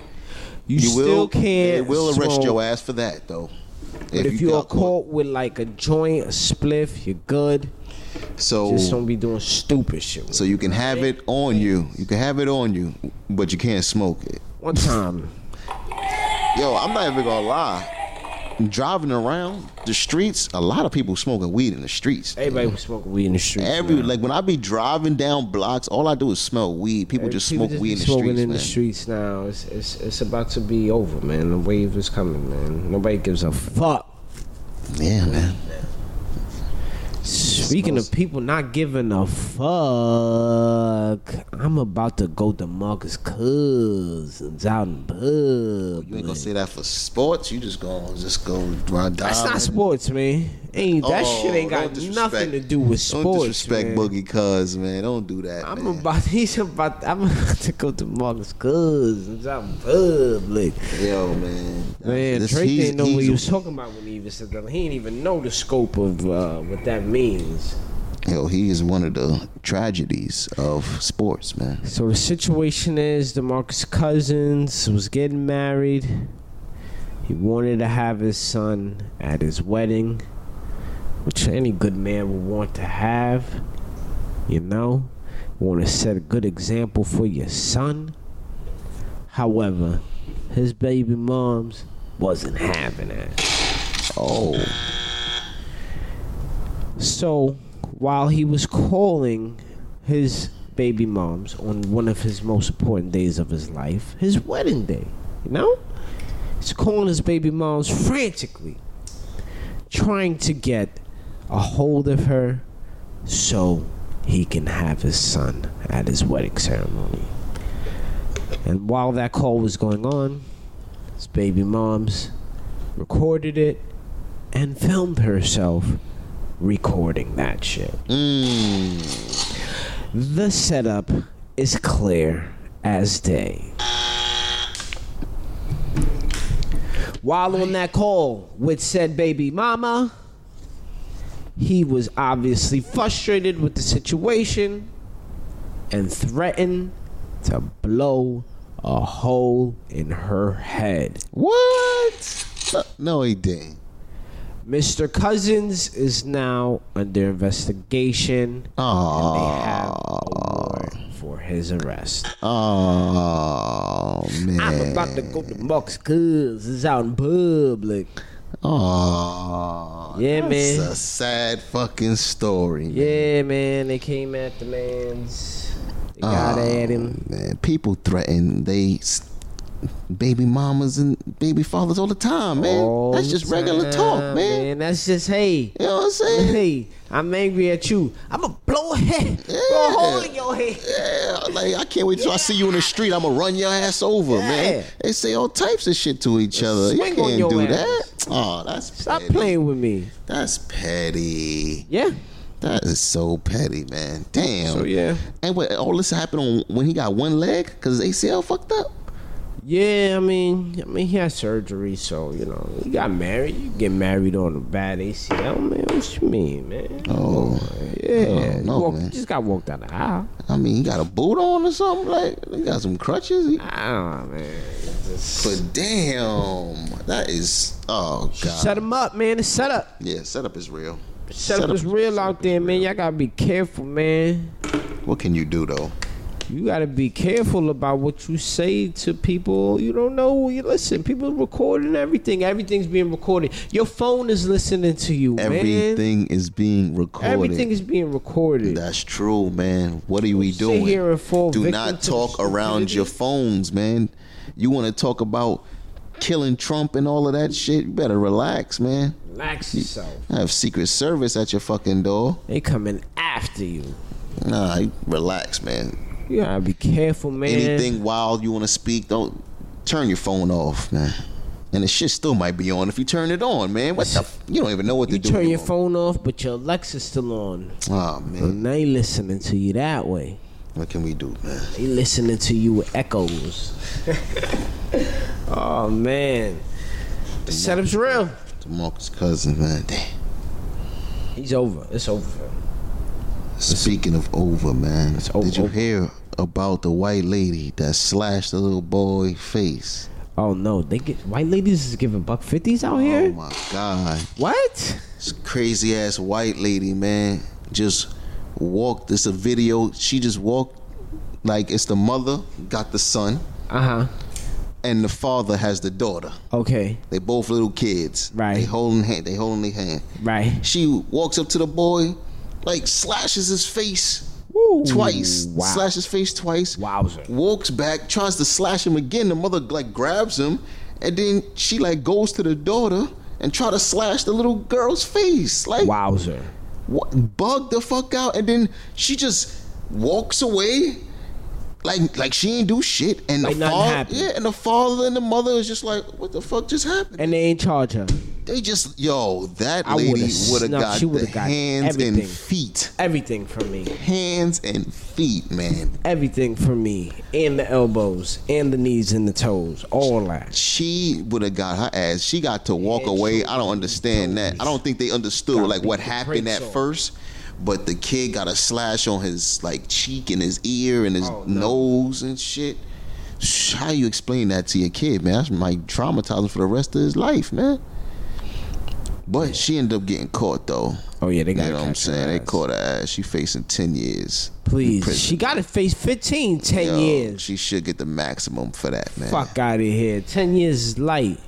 You, You still will. can't. They will arrest smoke, your ass for that though. But if, you are got caught. caught with like a joint, a spliff, you're good. so Just don't be doing stupid shit. with so you can have it on you. You can have it on you, but you can't smoke it. One time, Yo, I'm not even gonna lie. Driving around the streets, a lot of people smoking weed in the streets. everybody was smoking weed in the streets. Every man. like when I be driving down blocks, all I do is smell weed. People just People just smoke be weed in the smoking streets, in man. the streets now. It's, it's it's about to be over, man. The wave is coming, man. Nobody gives a fuck. Yeah, man. Speaking of people not giving a fuck, I'm about to go to Marcus Cousins out in You ain't pub. gonna say that for sports. You just gonna just go run down. That's not sports, man. Ain't that Oh, shit ain't got don't disrespect- nothing to do with sports. Don't disrespect man. Boogie Cuz, man. Don't do that. I'm man. about he's about I'm about to go to Marcus Cousins out in public. yo, man. Man, This- Drake he's- didn't know what he's- he was talking about when he even said that. He didn't even know the scope of uh, what that means. Yo, he is one of the tragedies of sports, man. So the situation is, DeMarcus Cousins was getting married. He wanted to have his son at his wedding, which any good man would want to have, you know. want to set a good example for your son. However, his baby moms wasn't having it. Oh, So while he was calling his baby moms on one of his most important days of his life, his wedding day, you know? He's calling his baby moms frantically, trying to get a hold of her so he can have his son at his wedding ceremony. And while that call was going on, his baby moms recorded it and filmed herself recording that shit. mm. The setup is clear as day. While on that call with said baby mama, he was obviously frustrated with the situation and threatened to blow a hole in her head. what? No, he didn't. Mr. Cousins is now under investigation. They have Oh, a warrant for his arrest. oh I'm man. about to go to Mark's cuz it's out in public. Oh, Yeah, that's man. a sad fucking story. man. Yeah, man, they came at the man's. They got at him. Man, people threaten they s- baby mamas and baby fathers all the time, man. all That's the just regular time, talk, man. That's just hey. You know what I'm saying? Hey, I'm angry at you. I'm gonna blow a head, blow a hole in your head. Yeah, like I can't wait till I see you in the street. I'm gonna run your ass over, Yeah. man. They say all types of shit to each other. swing on you your can't do ass. that. Oh, that's Stop petty. playing with me. That's petty. Yeah. That is so petty, man. Damn. So, yeah. And what, all this happened on when he got one leg because his ACL fucked up. Yeah, I mean, I mean, he had surgery, so you know, he got married. You get married on a bad ACL, man. What you mean, man? Oh, yeah, oh, You no, walk- man. just got walked down the aisle. I mean, he got a boot on or something. Like he got some crutches. He- Ah, man. Just But damn, that is oh god. set him up, man. It's set up. yeah, setup is real. Set up is real out there, man. Y'all gotta be careful, man. What can you do though? You gotta be careful about what you say to people. You don't know. who You listen. People recording everything. Everything's being recorded. Your phone is listening to you, man. Everything is being recorded. Everything is being recorded. That's true, man. What are we doing? here and fall Do victim not to talk the around stupidity. your phones, man. You want to talk about killing Trump and all of that shit? You better relax, man. Relax yourself. I have Secret Service at your fucking door. They coming after you. Nah, you relax, man. You gotta be careful, man. Anything wild you want to speak, don't turn your phone off, man. And the shit still might be on if you turn it on, man. What the? F- you don't even know what to You do. turn with your phone off, but your Alexa's still on. Oh man, And they listening to you that way. what can we do, man? They listening to you with echoes. oh man, the setup's real. To Marcus Cousins, man. Damn. He's over. It's over. for him. Speaking of over, man, over. did you hear about the white lady that slashed the little boy face? Oh no, they get white ladies is giving buck fifties out Oh here. my god, What? this crazy ass white lady, man, just walked. This a video. She just walked like it's the mother got the son, Uh huh. Uh-huh. and the father has the daughter. Okay. They both little kids. Right. They holding hand. They holding their hand. Right. She walks up to the boy, like slashes his face Woo. twice. Wow. Slashes his face twice. Wowzer. Walks back, tries to slash him again. The mother like grabs him, and then she like goes to the daughter and try to slash the little girl's face. Like Wowzer. what, bug the fuck out, and then she just walks away. Like, like she ain't do shit, and Like the nothing father, happened. yeah, and the father and the mother is just like, what the fuck just happened? And they ain't charge her. They just yo, that I would've lady would have snuck- got she the would've got hands everything. and feet, Everything from me. hands and feet, man. Everything from me. And the elbows. And the knees and the toes. All that. She would have got her ass. She got to walk Yeah, away. she I don't understand that. I don't think they understood Gotta like beat what the happened brakes at off. first. But the kid got a slash on his like cheek and his ear and his Oh, nose and shit. Sh- How you explain that to your kid, man? That's might traumatize him for the rest of his life, man. But she ended up getting caught though. Oh yeah, they got. You know what I'm saying? They caught her ass. She facing ten years. in Please, prison. she got to face 15, 10 Yo, years. She should get the maximum for that, man. Fuck out of here. Ten years is light.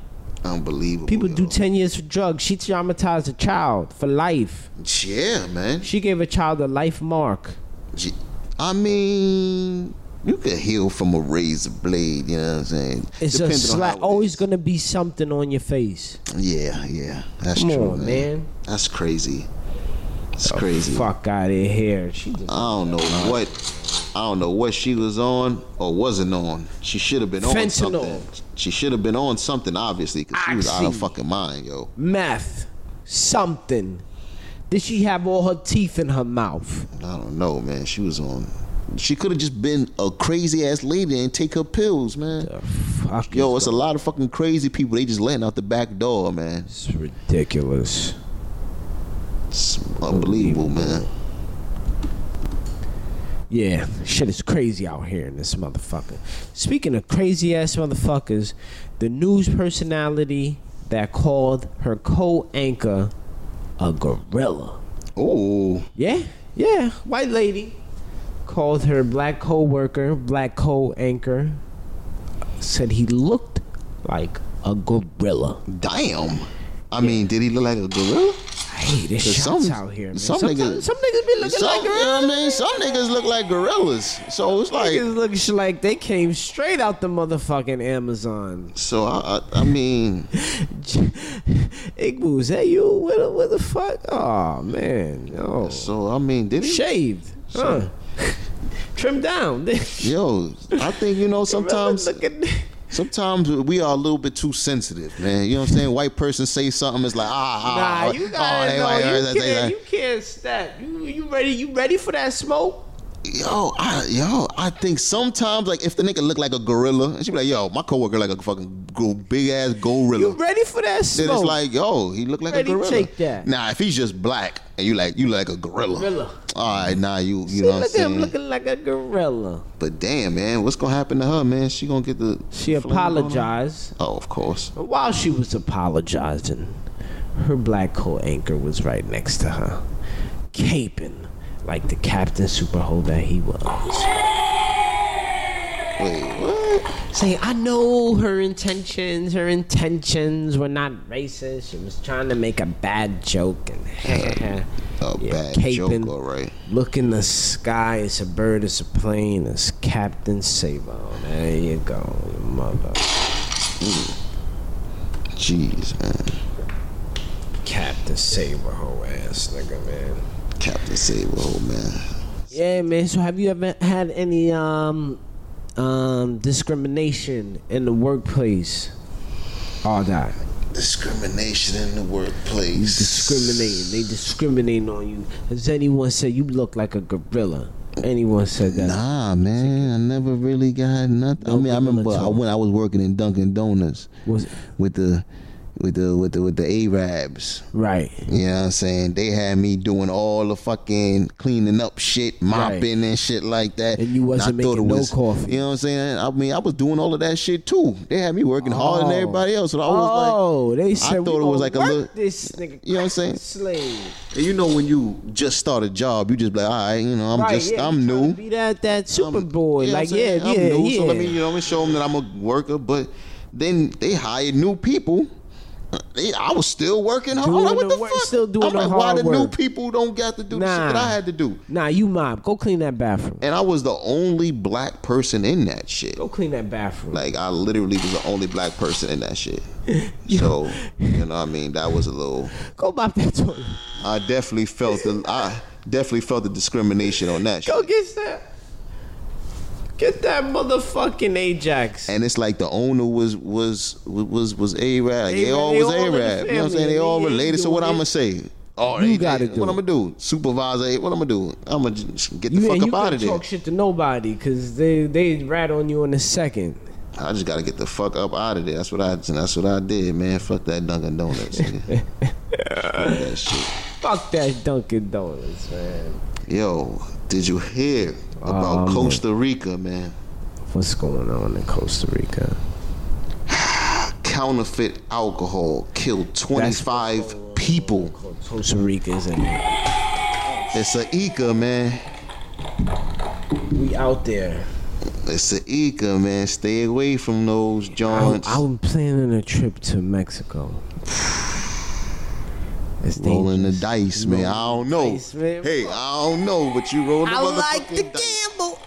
Unbelievable. People do yo. ten years for drugs. She traumatized a child for life. yeah, man. She gave a child a life mark. She- I mean, you can heal from a razor blade. You know what I'm saying? It's Depending a on slap. how it Always is. gonna be something on your face. Yeah, yeah. That's Come true, on, man. man. Oh, That's crazy. It's crazy. Fuck out of here. She just I don't know what. I don't know what she was on or wasn't on. She should have been on Fentanyl. something. She should have been on something, obviously, because she was out of Oxy. fucking mind, yo. meth, something. Did she have all her teeth in her mouth? I don't know, man. She was on. She could have just been a crazy ass lady and take her pills, man. Fuck Yo, it's a lot of fucking crazy people. They just letting out the back door, man. It's ridiculous. It's unbelievable, Mm. man. Yeah, shit is crazy out here in this motherfucker. Speaking of crazy ass motherfuckers, the news personality that called her co-anchor a gorilla. Oh, Yeah, yeah, white lady called her black co-worker, black co-anchor, said he looked like a gorilla. damn. I mean, did he look like a gorilla? Hey, this 'Cause shots some- out here, man. some Sometimes- niggas- some niggas be looking Some, like you know gorillas. what I mean? Some niggas look like gorillas. So it's like, Niggas look sh- like they came straight out the motherfucking Amazon. so I, I, I mean, Igbu, is that you? What the, what the fuck? Oh man, oh so I mean, did he? shaved, huh? Trimmed down. Yo, I think you know sometimes. looking. Sometimes we are a little bit too sensitive, man. You know what I'm saying? White person say something, it's like ah, ah, Nah, ah, you ah, gotta they know. white, you, they- can't, they- you can't step. You you ready? You ready for that smoke? yo, I, yo, I think sometimes like if the nigga look like a gorilla, and she be like, yo, my coworker like a fucking big You ass gorilla. ready for that Then smoke? it's like, yo, he look like Ready, a gorilla. take that. Nah, if he's just black and you like you like a gorilla. Gorilla. All right, nah, you you See, know what I'm look at him saying. looking like a gorilla. but damn, man, what's gonna happen to her, man? She gonna get the She flamed on her? apologized. Oh, of course. But while she was apologizing, her black co-anchor was right next to her, caping like the Captain Superhole that he was. Wait, what? Saying, I know her intentions. Her intentions were not racist. She was trying to make a bad joke and A Yeah, bad caping. joke, all right. look in the sky. It's a bird. It's a plane. It's Captain Sabo. There you go, you mother. Jeez, man. Captain Sabo, whole ass nigga, man. Captain Sable, man. Yeah, man. So have you ever had any um um discrimination in the workplace? All that. Discrimination in the workplace. Discriminating. They discriminating on you. Has anyone said you look like a gorilla? Anyone said that? Nah, man, I never really got nothing. I No mean, I remember gorilla I, talk. when I was working in Dunkin' Donuts Was with the with the with the with the Arabs. right. You know what I'm saying? They had me doing all the fucking cleaning up shit, mopping and shit like that. And you wasn't I thought making it no was- coffee. You know what I'm saying? I mean, I was doing all of that shit too. They had me working harder than Oh. everybody else. So I was like, Oh, they said we thought it was gonna like a work little- This nigga, You know what I'm saying? Slave. And you know when you just start a job, you just be like, all right, you know, I'm Right, just, yeah, I'm you tryna new. Be that that super boy, You know like what I'm yeah, saying? yeah, I'm new, yeah. So let me, you know, let me show them that I'm a worker. But then they hired new people. Uh, they- I was still working hard. Doing Like, what the the work- fuck? still doing I'm the like, why hard the new work. people don't got to do the Nah. shit that I had to do? Nah, you mom, go clean that bathroom. And I was the only black person in that shit. Go clean that bathroom. Like I literally was the only black person in that shit. So you know, what I mean, that was a little. go mop that toilet. I definitely felt the. I definitely felt the discrimination on that. shit. Go get that. Get that motherfucking Ajax. and it's like the owner was was was was Arab. They They- all they was all in the Arab. You know what I'm saying? They family. all They ain't related. So doing what I'm it. gonna say? Oh, You they- gotta what do I'm gonna do? Supervisor, hey, what I'm gonna do? I'm gonna get the you and fuck you up out can't of there. talk shit to nobody because they they rat on you in a second. I just gotta get the fuck up out of there. That's what I. That's what I did, man. Fuck that Dunkin' Donuts. nigga. fuck that shit. Fuck that Dunkin' Donuts, man. Yo, did you hear about Oh, man. Costa Rica, man? What's going on in Costa Rica? Counterfeit alcohol killed 25 people. people. Costa Rica's in there. It's a Ika, man. We out there. It's a Ika, man. Stay away from those I'm, joints. Oh, I'm planning a trip to Mexico. It's Rolling the dangerous. dice, man. I don't know. dice, man. Hey, I don't know, but you roll the I like to motherfucking dice. gamble.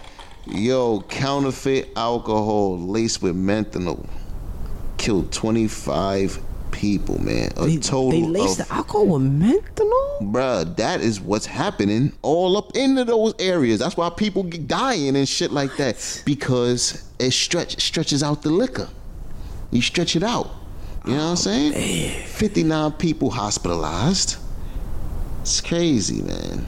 Yo, counterfeit alcohol laced with methanol killed 25 people, man. A They, total they laced of the alcohol with menthol. Bruh, that is what's happening all up into those areas. That's why people get dying and shit like that because it stretch stretches out the liquor. You stretch it out. You know what I'm saying? 59 people hospitalized. It's crazy, man.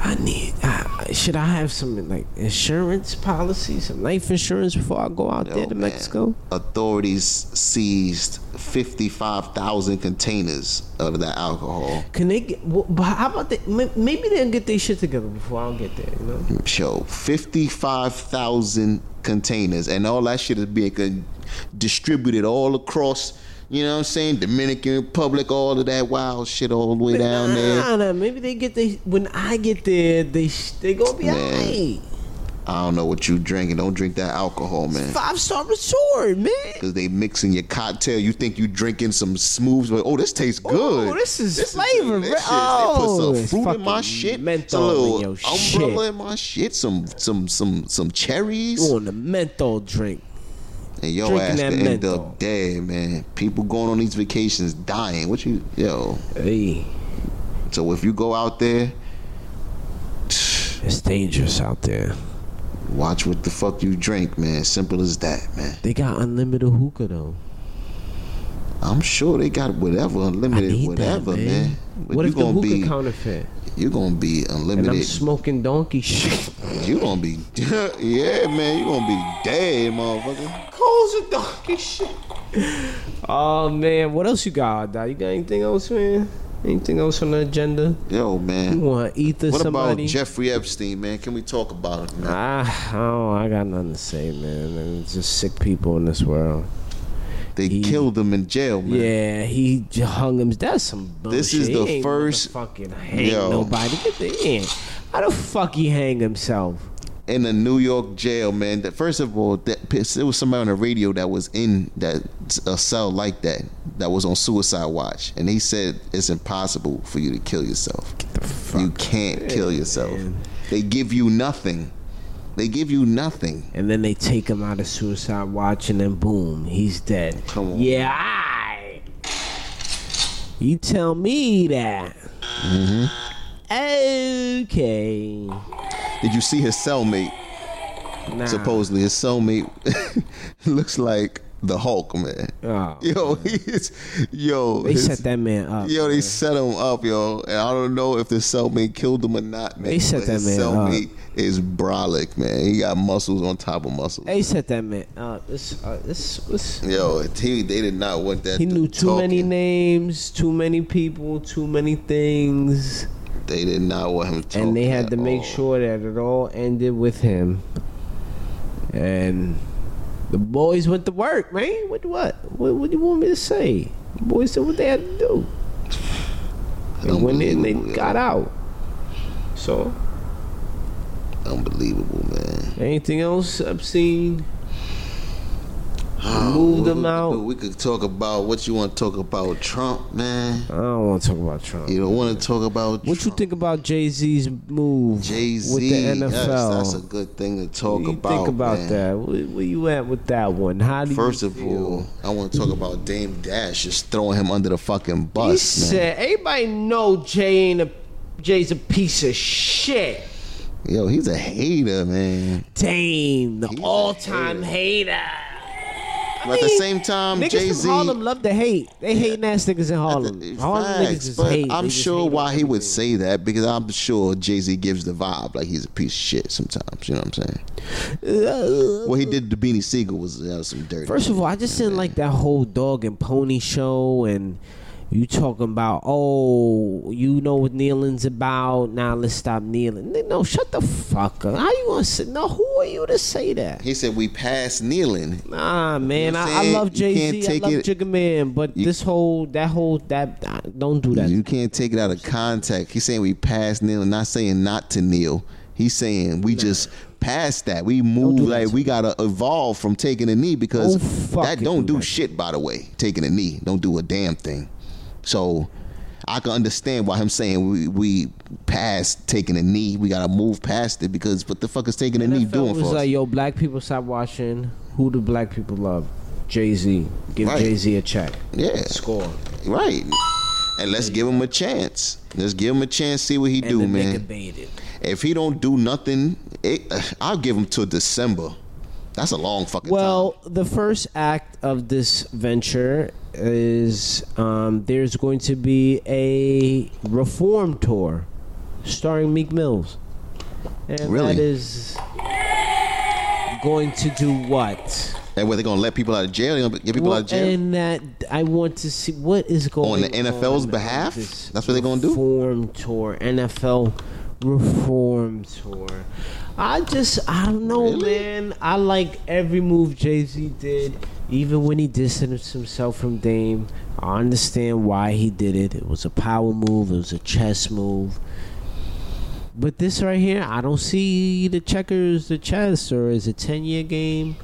I need. I, should I have some like insurance policy, some life insurance before I go out there Yo, to Oh, man. Mexico? Authorities seized 55,000 containers of that alcohol. Can they get? Well, but how about they? may- Maybe they'll get their shit together before I don't get there. You know. Show 55,000 containers, and all that shit is being con- distributed all across, you know what I'm saying? Dominican Republic, all of that wild shit all the way down nah, there. Nah, nah, maybe they get they when I get there, they sh- they gonna be Man. alright. I don't know what you drinking. Don't drink that alcohol, man. Five star resort, man. Cause they mixing your cocktail. You think you drinking some smooths, but oh, this tastes good. this is flavor, delicious. bro. Oh, they put it's some fruit in my fucking shit, menthol some little in your shit. umbrella in my shit, some some some some cherries. Ooh, and the menthol drink. And yo Drinking ass that could end menthol. up dead, man. People going on these vacations dying. What you yo? Hey, So if you go out there, it's dangerous out there. watch what the fuck you drink, man. Simple as that, man. They got unlimited hookah though. I'm sure they got whatever, I unlimited, need whatever, that, man. man. But what you if the hookah be counterfeit? you gonna be And I'm unlimited. smoking donkey shit. You gonna be yeah, man. You gonna be dead, motherfucker. Calls a donkey shit. Oh man, what else you got? Doc? You got anything else, man? Anything else on the agenda? Yo, You man. want to ether What about somebody? Ah, Jeffrey Epstein, man? Can we talk about him? Now? I, I don't. I got nothing to say, man. And It's just sick people in this world. They he- killed him in jail, man. Yeah, he j- hung him. That's some bullshit. This is the He ain't first- Fucking hang Yo. nobody. Get the end. How the fuck he hang himself? in a New York jail, man. That first of all, that there was somebody on the radio that was in that a cell like that, that was on suicide watch, and he said it's impossible for you to kill yourself. you can't kill yourself. They give you nothing. They give you nothing. And then they take him out of suicide watch, and then boom, he's dead. Come on. Yeah, I. You tell me that. Mm-hmm. Okay. Did you see his cellmate? Nah. Supposedly, his cellmate looks like the Hulk, man. Oh, Yo, he's yo. they his- set that man up. Yo, they set him up, yo, and I don't know if the cellmate killed him or not, man. They set but that his man up. Cellmate is brolic, man. He got muscles on top of muscles. They set that man up. It's, uh, it's, it's, Yo, he, they did not want that. he dude knew too many talking. names, too many people, too many things, They did not want him talking. and they had at to make all. sure that it all ended with him. And the boys went to work, man. What what? What, what do you want me to say? The boys did what they had to do. They went in, they Unbelievable, yo. got out. So, Unbelievable, man. anything else obscene? moved Oh, we him could- out. We could talk about what you want to talk about, Trump, man. I don't want to talk about Trump. You don't want to talk about Oh, What you Trump. think about Jay Z's move Jay Z? with the NFL? Yes, that's a good thing to What talk do you about. think about man. that? Where, where you at with that one? How do First you of feel? all, I want to talk about Dame Dash just throwing him under the fucking he bus, man. said everybody know Jay ain't a Jay's a piece of shit. Yo, he's a hater, man. Damn, the He's a all-time hater. But at the mean, same time, niggas Jay from Z. Harlem love to hate. They hating ass niggas in Harlem. Harlem niggas is uh, but hate. I'm They just sure hate why on he would say that because I'm sure Jay Z gives the vibe like he's a piece of shit sometimes. You know what I'm saying? everything. What he did to Beanie Siegel was uh, some dirty. First of all, I just didn't like that whole dog and pony show and You talking about oh you know what kneeling's about? Now let's stop kneeling. No, shut the fuck up. How you gonna say? No, who are you to say that? He said we passed kneeling. Nah, man, know what I'm I, I saying? love You Jay can't Z. I take love it- Jigga Man, but this whole that whole that uh, don't do that. You can't take it out of context. He's saying we passed kneeling, not saying not to kneel. He's saying we just passed that. We move do that like to we gotta evolve from taking a knee because Oh, fuck that it, don't do do that. shit. By the way, taking a knee don't do a damn thing. So I can understand why him saying we we passed taking a knee. We gotta move past it because what the fuck is taking a knee NFL doing was for us? like, yo, black people stop watching. Who do black people love? Jay Z. Give Right. Jay Z a check. yeah, Score. right. And let's give him a chance. Let's give him a chance. See what he And do, the man. nigga baited. If he don't do nothing, it, uh, I'll give him till December. That's a long fucking Well, the first act of this venture is um, there's going to be a reform tour starring Meek Mills. And Really? that is going to do what? time. And where they're gonna let people out of jail? They're gonna get people out Well, of jail. and that I want to see what is going On the NFL's on behalf? with this That's what they gonna do? Reform tour, NFL reform tour. I just I don't know, Really? man. I like every move Jay Z did, even when he distanced himself from Dame. I understand why he did it. It was a power move. It was a chess move. But this right here, I don't see the checkers, the chess, or is it ten year game,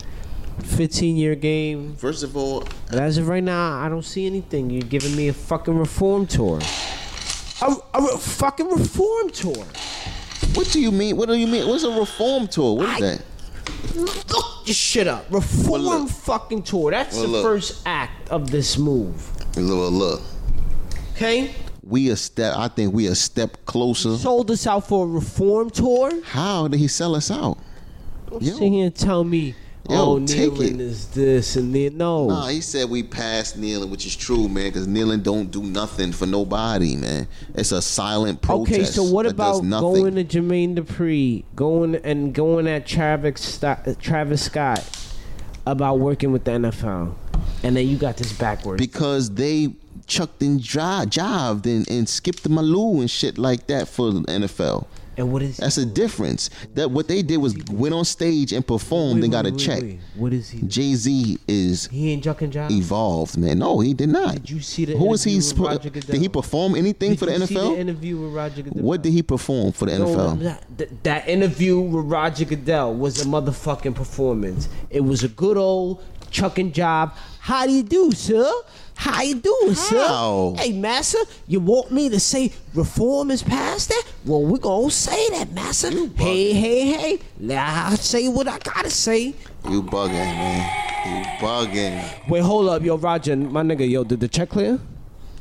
fifteen year game? First of all, But as of right now, I don't see anything. You're giving me a fucking reform tour. A, a re- fucking reform tour. what do you mean? What do you mean? What's a reform tour? What is I- that? Look this shit up. Reform Well, look. fucking tour. That's Well, the look. first act of this move. Look, look, Okay? we a step. I think we a step closer. Sold us out for a reform tour. How did he sell us out? Yo. Sit here and tell me, Yo, oh, take kneeling it. is this and then no. Nah, he said we passed kneeling, which is true, man. Because kneeling don't do nothing for nobody, man. It's a silent protest. Okay, so what that does about nothing. going to Jermaine Dupri, going and going at Travis Scott, Travis Scott about working with the NFL, and then you got this backwards. because they chucked and dri- jived and, and skipped the Malou and shit like that for the NFL. and what is That's a difference. That what they did was went on stage and performed and got a check. What is he? Jay Z is He ain't Juck and Jock. evolved, man. No, he did not. Did you see the Who was he? interview with sp- Roger did he Goodell? perform anything Did for the you see NFL? the interview with Roger Goodell? what did he perform for the No, NFL? that- that, that interview with Roger Goodell was a motherfucking performance. It was a good old chucking job. How do you do, sir? How you doing, How? sir? Hey, massa, you want me to say reform is past that? Well, we gonna say that, massa. Hey, hey, hey. Now I say what I gotta say. You bugging, man. You bugging. Wait, hold up, yo, Roger, my nigga, yo, did the check clear?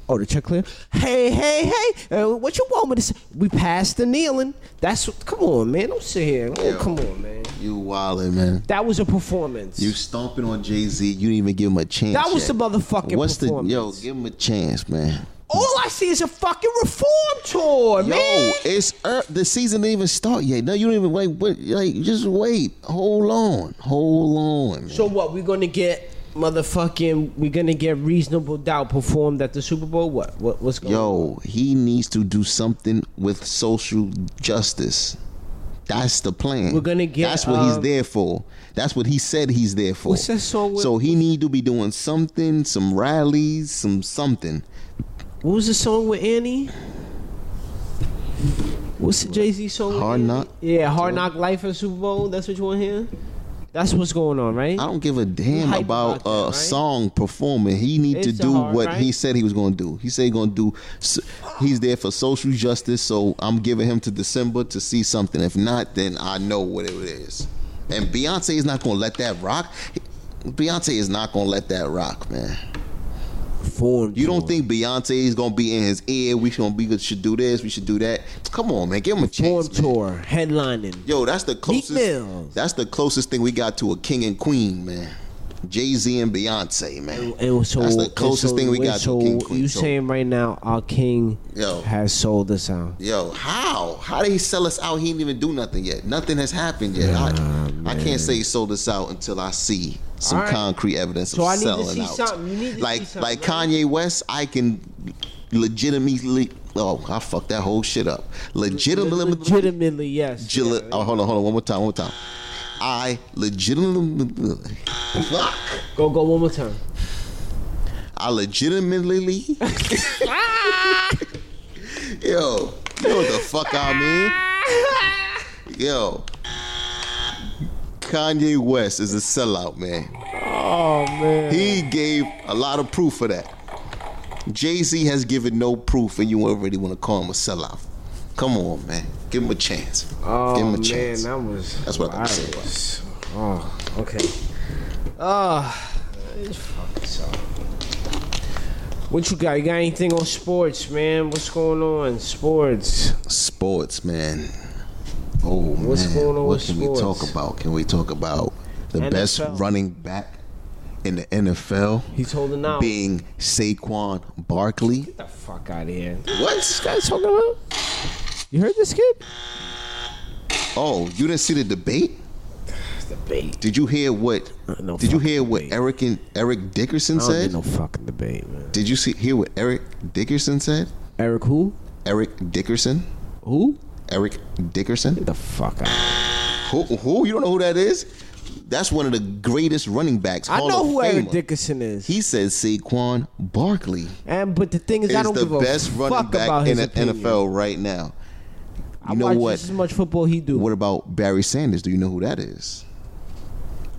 Oh, the check clear? Hey, hey, hey, uh, what you want me to say? We passed the kneeling. That's what, come on, man. Don't sit here. Oh, Yeah. come on, man. You wildin', man. That was a performance. You stomping on Jay Z. You didn't even give him a chance. That was yet. the motherfucking What's the yo? performance. Give him a chance, man. All I see is a fucking reform tour, Yo, man. it's er, the season didn't even start yet. No, you don't even wait. What? Like, just wait. Hold on. Hold on. So what? We're gonna get motherfucking. We're gonna get reasonable doubt performed at the Super Bowl. What? What? What's going? on? Yo, he needs to do something with social justice. That's the plan. We're gonna get, That's what he's um, there for. That's what he said he's there for. What's that song with- so he need to be doing something, some rallies, some something. What was the song with Annie? What's the Jay Z song? with Hard Annie? Knock? Yeah, Hard Knock Life at Super Bowl. That's what you want to hear. That's what's going on, right? I don't give a damn hype about, about that, a right? song performing. He need to It's do hard, what right? he said he was going to do. He said he going to do. s- He's there for social justice, so I'm giving him to December to see something. If not, then I know what it is. And Beyonce is not going to let that rock. Beyonce is not going to let that rock, man. Formed. You don't think Beyonce is going to be in his ear? We should be should do this. We should do that. Come on, man. Give him a Form chance. man. tour headlining. Yo, that's the Mills. closest. That's the closest thing we got to a king and queen, man. Jay Z and Beyonce, man. And so that's the and closest so- thing we and got So to a king queen. you So, saying right now our king Yo. has sold us out? yo, how? How did he sell us out? He didn't even do nothing yet. Nothing has happened yet. I, I can't say he sold us out until I see some All right. concrete evidence So of I need to selling see out. something. You need to like see something, like right? Kanye West, I can legitimately. Oh, I fucked that whole shit up. Legitimately, Legitimately, yes. Gil- oh, hold on, hold on, one more time, one more time. I legitimately, fuck. Go, go one more time. I legitimately, yo, you know what the fuck I mean? Yo, Kanye West is a sellout, man. Oh man. He gave a lot of proof for that. Jay Z has given no proof, and you already want to call him a sellout. Come on, man. Give him a chance. Oh Give him a man, chance. that was. That's what I gotta I say about was- Oh, okay. Ah, this fucking song. What you got? You got anything on sports, man? What's going on? Sports. Sports, man. Oh What's man, going on what with can sports? we talk about? Can we talk about the best NFL. running back in the NFL He's holding out. Get being Saquon Barkley? the fuck out of here. What? guys talking about? You heard this kid? Oh, you didn't see the debate? It's debate. Did you hear what? No did you fucking hear what debate. Eric and Eric Dickerson I don't said? need no fucking debate, man. Did you see hear what Eric Dickerson said? Eric, who? Eric Dickerson. Who? Eric Dickerson. Get the fuck out. Of Who? Who? You don't know who that is? That's one of the greatest running backs. I Hall know of who Eric Famer. Dickerson is. He says Saquon Barkley and but the thing is, I is don't the give a best running fuck about back in his the opinion. NFL right now. I You know watch what? Just as much football he do. What about Barry Sanders? Do you know who that is?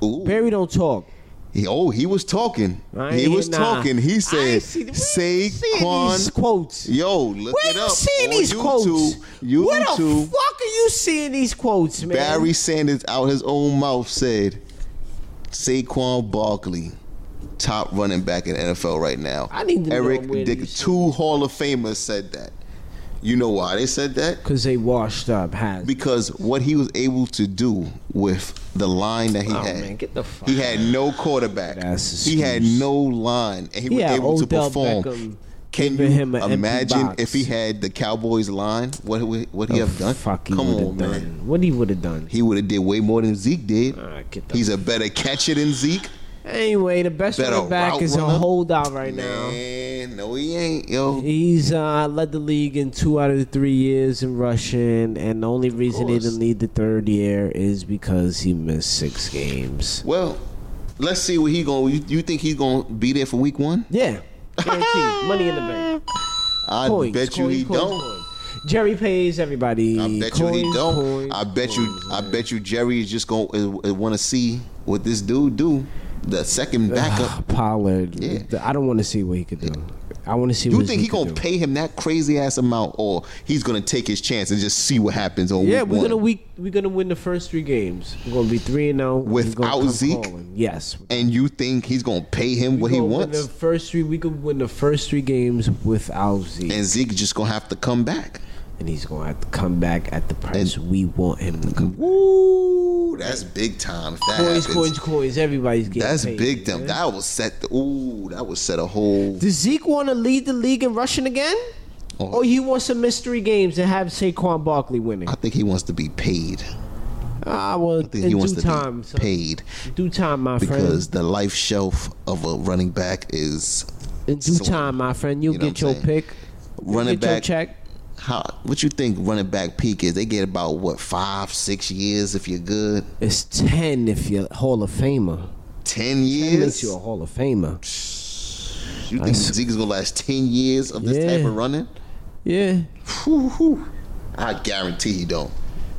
Ooh. Barry don't talk. He- oh, he was talking. I He ain't was hear- nah. talking. He I said ain't see- where you seeing these Saquon. quotes. Yo, look Where it you up seeing on these YouTube. quotes? Where the YouTube. fuck are you seeing these quotes, man? Barry Sanders out his own mouth said, Saquon Barkley, top running back in the NFL right now. I need to know Eric where Dick, these- two Hall of Famers said that. You know why they said that? because they washed up. Has Because what he was able to do with the line that he Oh, had. man, get the fuck he had no quarterback. That's he had excuse. no line, and he was Yeah, able to Odell perform. Beckham Can you giving him an empty imagine box. if he had the Cowboys line? What would- what he the have done? Fuck, he Come would've on, done. man. What he would have done? He would have did way more than Zeke did. Uh, get the He's a better catcher than Zeke. Anyway, the best Better running back route is a runner. holdout right now. Man, no, he ain't, yo. He's uh, led the league in two out of the three years in rushing, and the only reason he course. didn't lead the third year is because he missed six games. Well, let's see what he going. You, you think he's gonna be there for week one? Yeah, guaranteed. Money in the bank. I Coins, bet you coins, he coins, don't. coins. Jerry pays everybody. I bet you he Coins, don't. coins, I bet you. coins. I bet you Jerry is just gonna want to see what this dude do. The second backup. Ah, Pollard. Yeah. th- I don't want to see what he could do. I want to see. You what think he he gonna could do. pay him that crazy ass amount, or he's gonna take his chance and just see what happens on Yeah, week we're one? gonna we we're gonna win the first three games. We're gonna be three and zero Without Zeke? Yes, we and you think he's gonna pay him what he gonna win wants? The first three, we could win the first three games without Zeke, and, and Zeke just gonna have to come back. he's gonna have to come back at the price we want him to come. Woo, that's big time. If that Coins, happens, coins, coins. Everybody's getting that's paid, big time. man. That will set the ooh. That will set a whole. Does Zeke want to lead the league in rushing again? Oh. Or he wants some mystery games and have Saquon Barkley winning? I think he wants to be paid. Ah, well, I think in he wants due to time, be son. paid Due time, my friend. because the life shelf of a running back is In due slim. time, my friend, you'll You know get what your I'm saying? pick. You'll Running get your back- check. How, what you think running back peak is? They get about what five, six years if you're good. It's ten if you're Hall of Famer. Ten It years. makes you a Hall of Famer. you think Zeke's gonna last ten years of this Yeah. type of running? Yeah. Whew, whew. I guarantee he don't.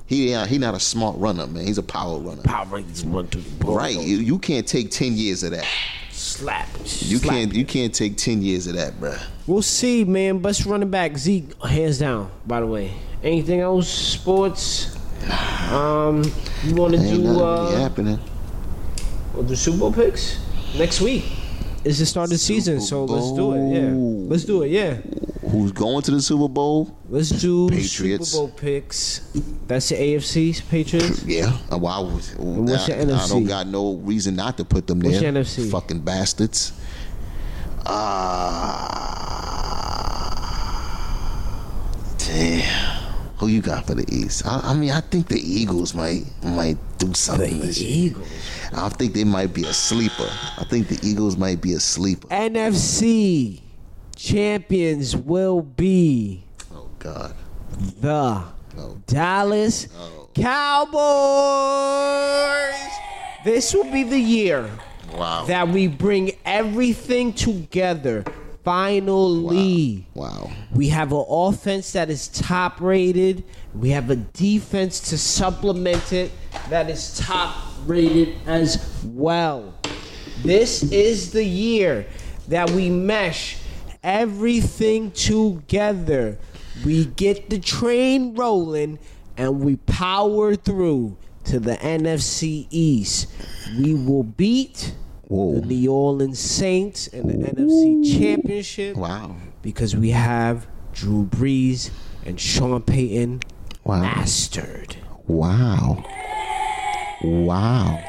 He ain't- he not a smart runner, man. He's a power runner. Power rankings one to the Right. You, you can't take ten years of that. Slap. You slap. can't you can't take ten years of that, bruh. We'll see, man. Best running back, Zeke, hands down. By the way, anything else? Sports. Um, you want to Ain't nothing do really uh, happening. we'll do Super Bowl picks next week? It's the start of the season, so Super let's do it. Yeah, Bowl. let's do it. Yeah, Who's going to the Super Bowl? let's do Patriots. Super Bowl picks. That's the AFC's Patriots. Yeah. Uh, Well, I, was, what's I, your I don't NFC? got no reason not to put them What's there. your NFC? Fucking bastards. Uh, Ah. damn. Who you got for the East? I, I mean, I think the Eagles might might do something. The this year. Eagles. I think they might be a sleeper. I think the Eagles might be a sleeper. NFC. champions will be Oh God. the Oh. Dallas Oh. Cowboys. This will be the year Wow. that we bring everything together. Finally, wow. we have an offense that is top rated. We have a defense to supplement it that is top rated as well. This is the year that we mesh everything together. We get the train rolling and we power through to the NFC East. We will beat Whoa. the New Orleans Saints in the NFC Championship Wow. because we have Drew Brees and Sean Payton Wow. mastered. Wow. Wow.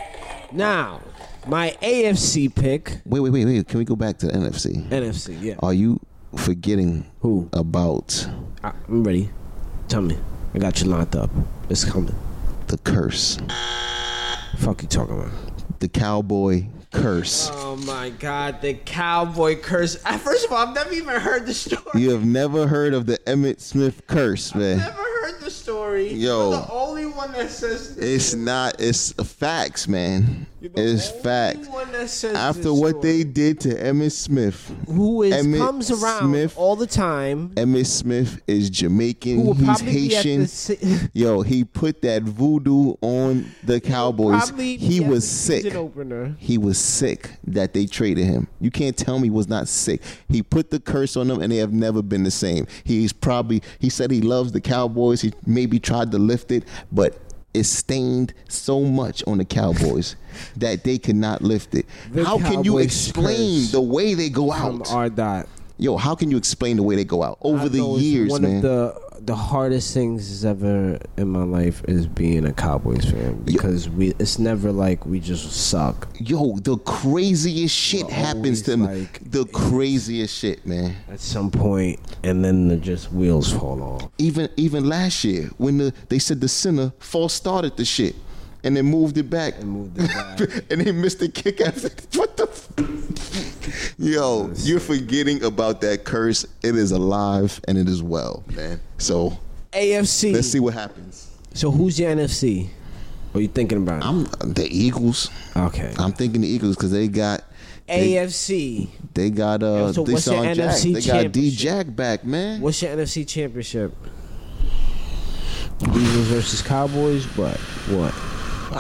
Now, my AFC pick, Wait, wait, wait, wait. Can we go back to the NFC? NFC, yeah. Are you forgetting Who? about I- I'm ready. Tell me. I got you lined up. It's coming. the curse? Fuck you talking about. The cowboy curse. Oh my god, the cowboy curse. I- First of all, I've never even heard the story. You have never heard of the Emmett Smith curse, man. Never heard the story. Yo. You're the only one that says this. It's not. It's facts, man. You're the It's only facts. one that says After this what story. they did to Emmett Smith, who is Emmett comes around Smith- all the time Emmett Smith is Jamaican. who will He's probably be at Haitian. the se- Yo, he put that voodoo on the Cowboys. Probably He be at was the sick. season opener. He was sick that they traded him. You can't tell me he was not sick. He put the curse on them, and they have never been the same. He's probably he said he loves the Cowboys. He maybe tried to lift it, but it stained so much on the Cowboys that they could not lift it. The how can you Cowboys explain curse the way they go from out? R dot. Yo, how can you explain the way they go out over I the know it's years, one man? of Uh, the the hardest things is ever in my life is being a Cowboys fan because we it's never like we just suck. Yo, the craziest shit happens to them. always like- the craziest shit, man. At some point, and then the just wheels fall off. Even even last year when the they said the sinner false started the shit, and they moved it back, and, Moved it back. they missed the kick after. What the? F- Yo, you're forgetting about that curse. It is alive and it is well, man. So AFC. let's see what happens. So who's your NFC? What are you thinking about? I'm the Eagles. okay. I'm thinking the Eagles because they got. They, AFC. they got uh, Yeah, so they what's your signed Jack. NFC They got D championship? Jack back, man. What's your NFC championship? Eagles versus Cowboys, but what?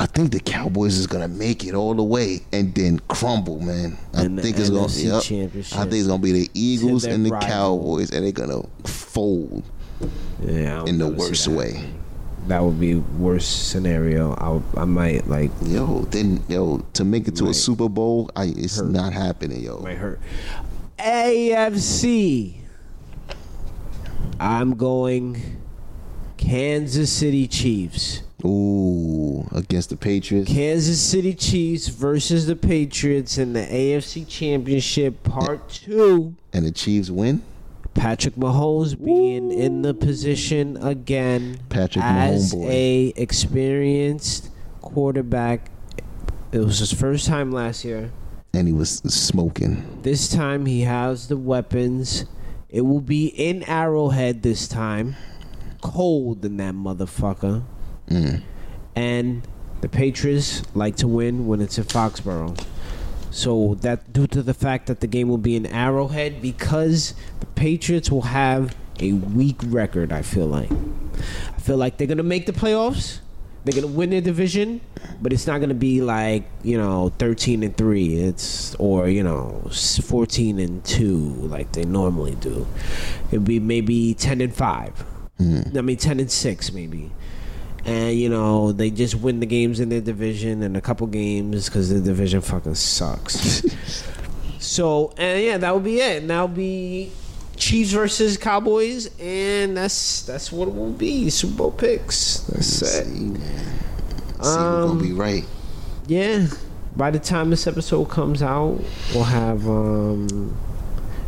I think the Cowboys is gonna make it all the way and then crumble, man. I And the think it's gonna. NFC Yep, Championship. I think it's gonna be the Eagles their and the rival. Cowboys, and they're gonna fold Yeah, I don't in the wanna see worst that. way. That would be worst scenario. I would- I might like Yo, then yo to make it to a Super Bowl, I, it's not happening, yo. might hurt. AFC. I'm going Kansas City Chiefs. Ooh, against the Patriots. Kansas City Chiefs versus the Patriots in the AFC Championship Part 2. And the Chiefs win. Patrick Mahomes being in the position again Patrick as Mahomeboy. a experienced quarterback. It was his first time last year. And he was smoking. This time he has the weapons. It will be in Arrowhead this time. Cold in that motherfucker. And the Patriots like to win when it's in Foxborough. So that due to the fact that the game will be in Arrowhead because the Patriots will have a weak record, I feel like. I feel like they're gonna make the playoffs. They're gonna win their division, but it's not gonna be like you know thirteen and three. It's or you know s- fourteen and two like they normally do. It'd be maybe ten and five. I mean ten and six maybe. And you know they just win the games in their division and a couple games because the division fucking sucks. So and yeah, that would be it. And that'll be Chiefs versus Cowboys, and that's that's what it will be. Super Bowl picks. That's it. See, man. See, we're gonna be right. Yeah. By the time this episode comes out, we'll have um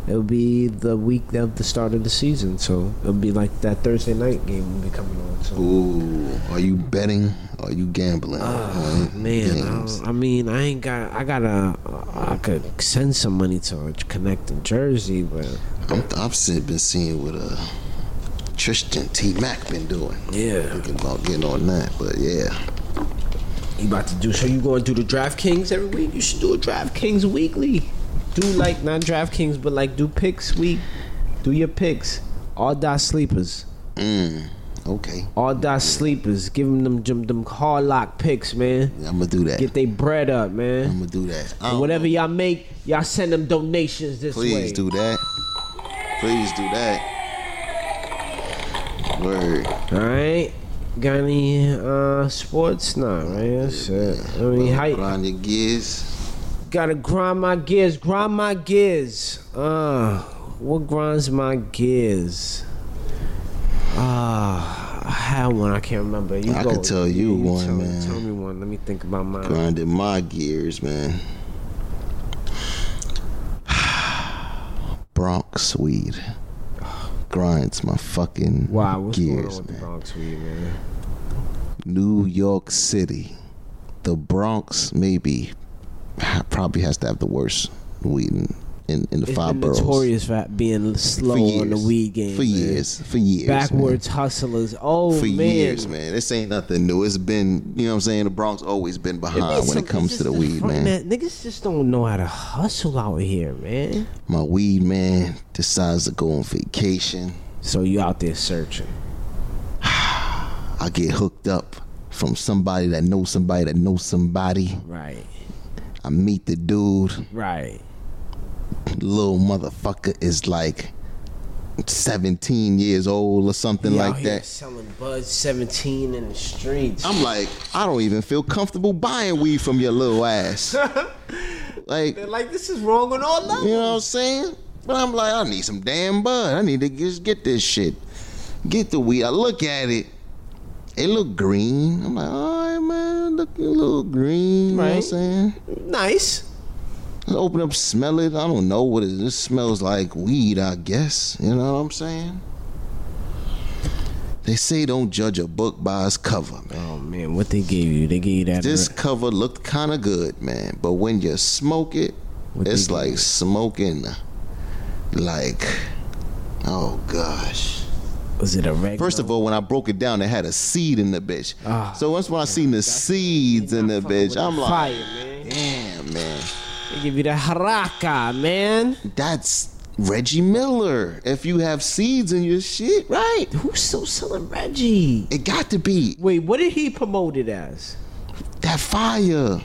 it'll be the week of the start of the season. So it'll be like that Thursday night game will be coming on. So. Ooh, are you betting? Are you gambling? Oh, on man, I, games? don't- I mean, I ain't got. I gotta. I could send some money to connect in Jersey, but I'm, I've se- been seeing what uh, Tristan T Mac been doing. yeah, Thinking about getting on that, but yeah, you about to do. So you going to do the DraftKings every week? You should do a DraftKings weekly. Do like not DraftKings, but like do picks week. Do your picks. All dot sleepers. Mm, okay, All dot sleepers. Give them them them, them hard lock picks, man. I'm gonna do that. Get they bread up, I'm man. gonna do that. I don't Whatever know. y'all make, y'all send them donations this way. Please do that. Please do that. Word. Alright. Got any uh sports? Nah, man. Shit. I mean how you Grind your gears. gotta grind my gears, grind my gears. Uh what grinds my gears? Ah, I had one, I can't remember. You I go- could tell you one, tell, man. Tell me one. Let me think about mine. Grinding my gears, man. Bronx weed grinds my fucking Wow, what's going on gears, with the man. Bronx weed, man? New York City, the Bronx maybe ha- probably has to have the worst weed in in, in the It's five been boroughs notorious for being slow for years. on the weed game. for man. years, for years, man. Backwards hustlers. Oh for man. years, man. This ain't nothing new. It's been, you know what I'm saying? The Bronx always been behind It's when some- it comes it's to the just weed, front, man. Niggas just don't know how to hustle out here, man. My weed man decides to go on vacation. So you out there searching. I get hooked up from somebody that knows somebody that knows somebody. Right. I meet the dude. Right. Little motherfucker is like 17 years old or something You out like here that. Oh, Selling Bud 17 in the streets. I'm like, I don't even feel comfortable buying weed from your little ass. like, They're like, this is wrong on all levels. You know what I'm saying? But I'm like, I need some damn bud. I need to just get this shit. Get the weed. I look at it. It look green. I'm like, all right, man, look a little green. You know what I'm Right. saying? Nice. I open up, smell it. I don't know what it is. This smells like weed, I guess. You know what I'm saying? They say don't judge a book by its cover, man. Oh man, what they gave you? They gave you that. This cover looked kind of good, man. But when you smoke it, What it's they do? like smoking, like, oh gosh. was it a regular? First of all, when I broke it down, it had a seed in the bitch. Ah, so once when I seen the seeds in the bitch, I'm like, fire, man. damn, man, They give you the haraka, man. that's Reggie Miller. If you have seeds in your shit, right? Who's still selling Reggie? It got to be Wait, what did he promote it as? that fire.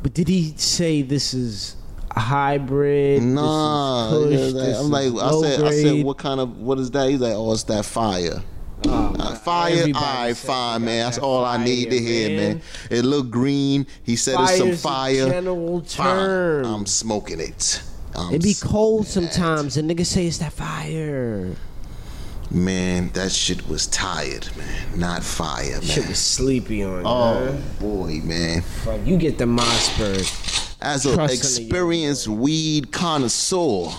But did he say this is a hybrid? Nah, this yeah, is like, kush, this I'm like is I said. I said, low-grade? what kind of what is that? He's like, oh, it's that fire. Uh, fire, Oh, everybody I said fine, they man. got That's that all I need to fire, hear, man. man. It look green. He said it's some Fire's a fire. general Fine. term. I'm smoking it. I'm It be s- cold sometimes, and niggas say it's that fire. man, that shit was tired, man. Not fire, Shit man. was sleepy on you. huh? Oh boy, man. Fuck, you get the Mossberg. As an Trust in the experienced weed connoisseur,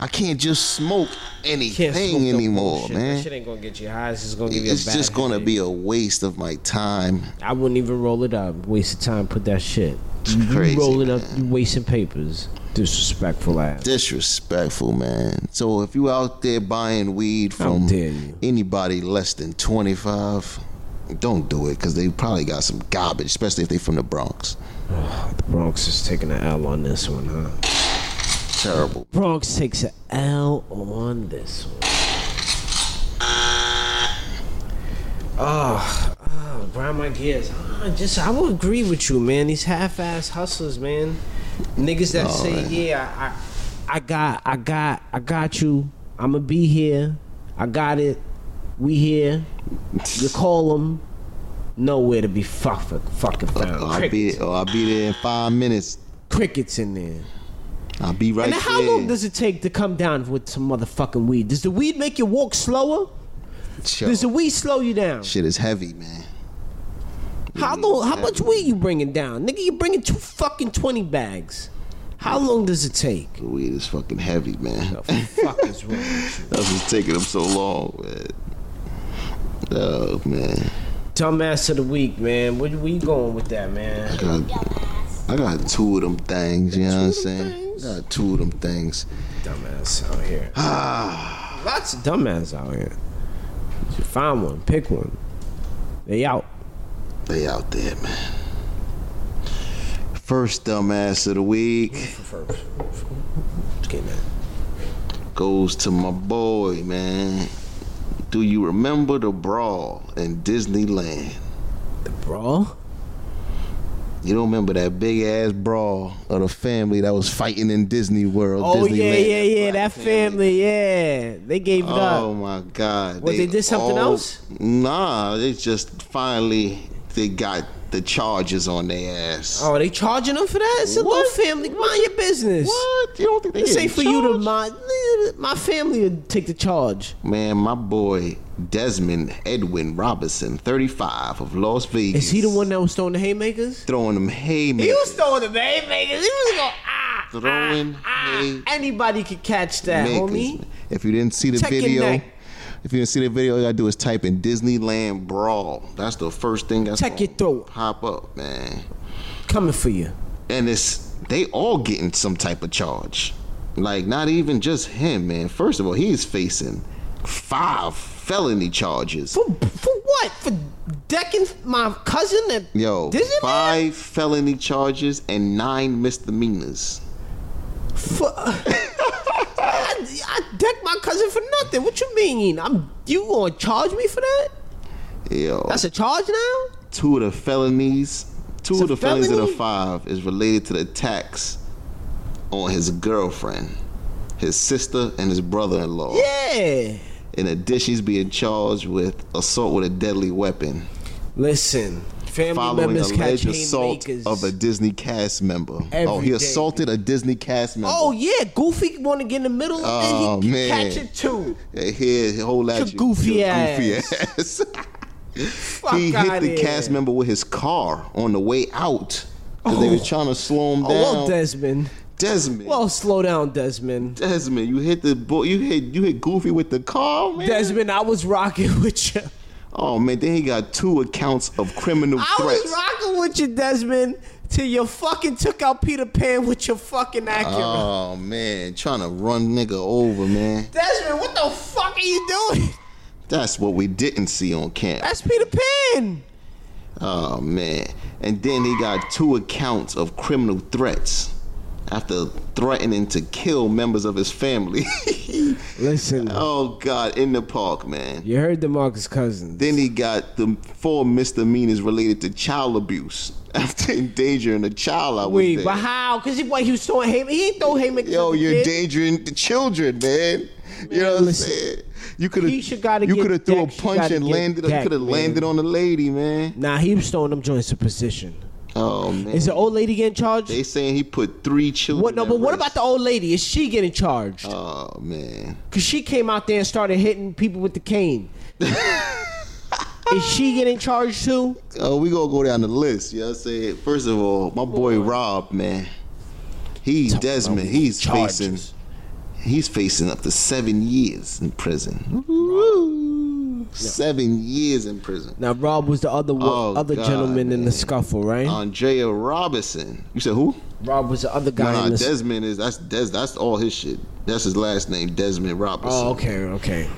I can't just smoke anything Can't smoke no anymore, bullshit. man. That shit ain't gonna get you high. It's just gonna give you a It's bad just gonna headache. be a waste of my time. I wouldn't even roll it up. Waste of time. Put that shit. You crazy, roll it up. You wasting papers. Disrespectful ass. Disrespectful, man. So if you out there buying weed from dare you. anybody less than twenty five, don't do it because they probably got some garbage, especially if they from the Bronx. The Bronx is taking an L on this one, huh? Terrible. Bronx takes an L on this one. Oh, oh, grind my gears. Ah, just I will agree with you, man. These half-ass hustlers, man. Niggas that say, yeah, I, I got, I got, I got you. I'ma be here. I got it. We here. You call them. Nowhere to be fuck, fucking Oh, found. I'll be Crickets, oh, I'll be there in five minutes. crickets in there. I'll be right And there. how long does it take to come down with some motherfucking weed? Does the weed make you walk slower? Yo, Does the weed slow you down? shit is heavy, man. How long? How much weed you bringing down, nigga? You bringing two fucking twenty bags. How long does it take? The weed is fucking heavy, man. The fuck is wrong with you? That's what's taking them so long, man. Oh man, Dumbass of the week, man. Where we going with that, man? I got, I got two of them things. You know what I'm saying? I got two of them things. Dumbass out here. Lots of dumbass out here. You find one, pick one. They out. They out there, man. First dumbass of the week First. Get that. goes to my boy, man. Do you remember the brawl in Disneyland? The brawl? You don't remember that big ass brawl of the family that was fighting in Disney World? Oh yeah, Disneyland? yeah, yeah. That family, yeah. They gave it Oh up. my God! What, they did something else? Nah, they just finally they got the charges on their ass. Oh, they charging them for that? It's a little family. Mind your business. What? You don't think they It's getting safe for you to charged? mind. My family would take the charge. Man, my boy Desmond Edwin Robinson, 35 of Las Vegas. Is he the one that was throwing the haymakers? throwing them haymakers? He was throwing the haymakers. He was going ah. throwing haymakers. Anybody could catch that, homie. man. If you didn't see the Check your video, neck. if you didn't see the video, all you gotta do is type in Disneyland brawl. That's the first thing that's Check gonna your throat. Pop up, man. Coming for you. and it's they all getting some type of charge. Like not even just him, man. First of all, he's facing five felony charges. For, for what? For decking my cousin and Yo, Disneyland? five felony charges and nine misdemeanors. For, I, I decked my cousin for nothing. What you mean? I'm you gonna charge me for that? Yo, That's a charge now? two of the felonies, two It's of a the felonies of the felony? five is related to the attacks on his girlfriend, his sister, and his brother-in-law. Yeah. In addition, he's being charged with assault with a deadly weapon. Listen, family following members catch alleged assault haymakers. of a Disney cast member. oh, Every he day. assaulted a Disney cast member. Oh yeah, Goofy want to get in the middle Oh, and he man. catch it too. yeah. Here, he hold Your at you. goofy Your ass. ass. Fuck he hit outta the cast here. member with his car on the way out. 'cause They Oh. was trying to slow him down. Oh well, Desmond. Desmond. Well, Oh, slow down, Desmond. Desmond, you hit the boy. You hit you hit Goofy with the car, man. Desmond, I was rocking with you. Oh man, then he got two accounts of criminal I threats. was rocking with you, Desmond, till you fucking took out Peter Pan with your fucking Acura. Oh man, trying to run nigga over, man. Desmond, what the fuck are you doing? That's what we didn't see on camp. That's Peter Pan. Oh man. And then he got two accounts of criminal threats after threatening to kill members of his family. Listen, oh god, in the park, man. you heard the Marcus Cousins. Then he got the four misdemeanors related to child abuse after endangering a child I was Wait, there. but how? Because he, what, he was throwing haymakers. He ain't throw haymakers. Yo, at the you're kid. endangering the children, man. you know what I'm listen. saying? You could have He should gotta you get could have threw a decked. She punch gotta and get landed decked, could have man. landed on the lady, man. Nah, he was throwing them joints in position. Oh man. Is the old lady getting charged? they saying he put three children. What? No, at but what risk. about the old lady? Is she getting charged? Oh man. Because she came out there and started hitting people with the cane. Is she getting charged too? Oh, we gonna go down the list. You know what I'm saying? First of all, my boy Rob, man. He Desmond, he's charges. facing he's facing up to seven years in prison. Woo. Seven years in prison. Now Rob was the other Oh, one other God, gentleman in the man. scuffle, right? Andrea Robinson. You said who? Rob was the other guy No, in no, the. Desmond is that's Des, that's all his shit. That's his last name, Desmond Robinson. oh, okay, okay.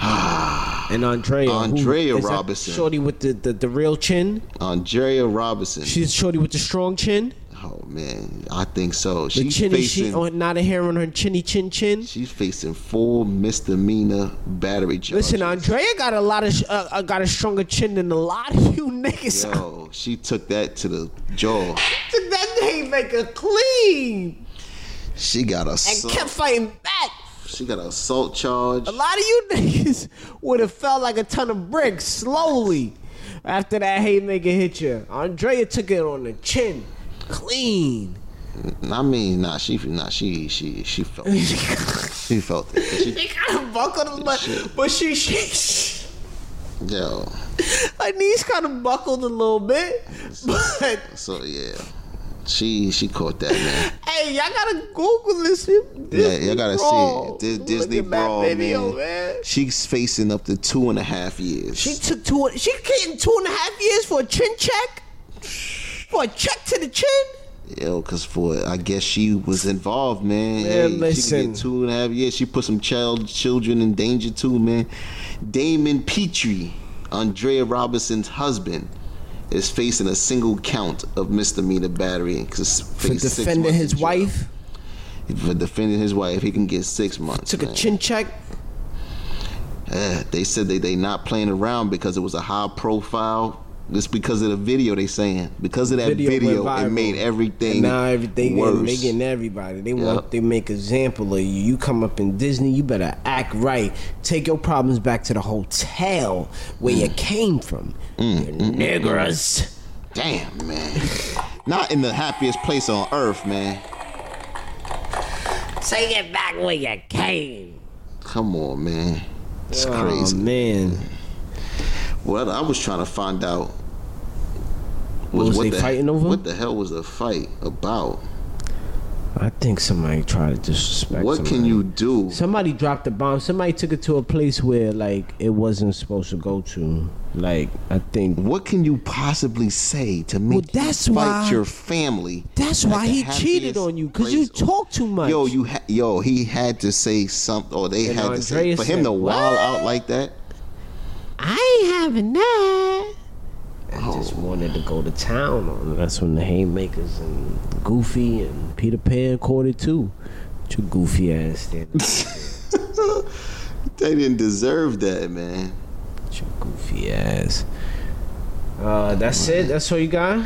and Andrea, who- Andrea is that Robinson. shorty with the, the the real chin. Andrea Robinson. She's shorty with the strong chin. oh man, I think so. The She's chinny, facing she, oh, not a hair on her chinny chin chin. She's facing four misdemeanor battery charges. Listen, Andrea got a lot of sh- uh, uh, got a stronger chin than a lot of you niggas. Yo, she took that to the jaw. Took that haymaker clean She got and assault. kept fighting back. she got an assault charge. A lot of you niggas would have felt like a ton of bricks slowly after that haymaker hit you. Andrea took it on the chin, clean. I mean, nah, she, nah, she, she, she felt, it. she felt it. She, They kind of buckled, but but she she yo, her knees kind of buckled a little bit, but so yeah, She she caught that man. Hey, y'all gotta Google this. shit. Yeah, Disney y'all gotta Brawl. see it. Dis- Look Disney at that Brawl, video, Oh, man. She's facing up to two and a half years. She took two. She getting two and a half years for a chin check, for a check to the chin. Yo, cause for I guess she was involved, man. Man, Hey, She listen. could get two and a half years. She put some child children in danger too, man. Damon Petrie, Andrea Robinson's husband, is facing a single count of misdemeanor battery For defending his wife, For defending his wife, he can get six months. took man. a chin check. Uh, they said they they not playing around because it was a high profile. It's because of the video they saying. Because of that Video video, went it viral. made everything. And now everything worse. they getting everybody. They Yep. want they make example of you. You come up in Disney, you better act right. Take your problems back to the hotel where Mm. you came from. You niggers. Damn, man. Not in the happiest place on earth, man. Take it back where you came. Come on, man. It's Oh crazy. man. What I was trying to find out What was they the, fighting over? What the hell was the fight about? I think somebody tried to disrespect what can somebody. you do? Somebody dropped a bomb. Somebody took it to a place where like it wasn't supposed to go to. Like I think What can you possibly say to make that's you fight why- your family? that's at why the he cheated happiest on you because you place on- talk too much. Yo, you ha- yo, he had to say something, or they And had to say Andrea for him said, to wild out like that. I ain't having that. I just Oh. wanted to go to town on. it. That's when the haymakers and Goofy and Peter Pan caught it too. Two goofy ass standing. They didn't deserve that, man. Two goofy ass. Uh, that's it. That's all you got.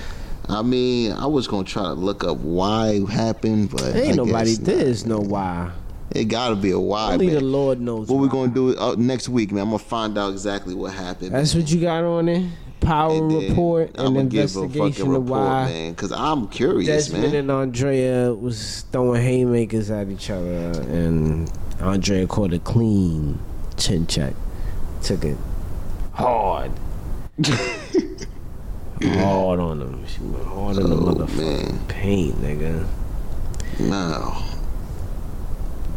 I mean, I was gonna try to look up why it happened, but Ain't I nobody. guess not. There's no why. It gotta be a why. Only the man. Lord knows. What why. we're gonna do uh, next week, man? I'm gonna find out exactly what happened. That's what you got on it. Power then report and I'ma give a investigation fucking of why man. Because I'm curious, Desmond man. and Andrea was throwing haymakers at each other, and Andrea caught a clean chin check, took it hard, hard on him. She went hard on the Oh, motherfucking man. paint, nigga. No.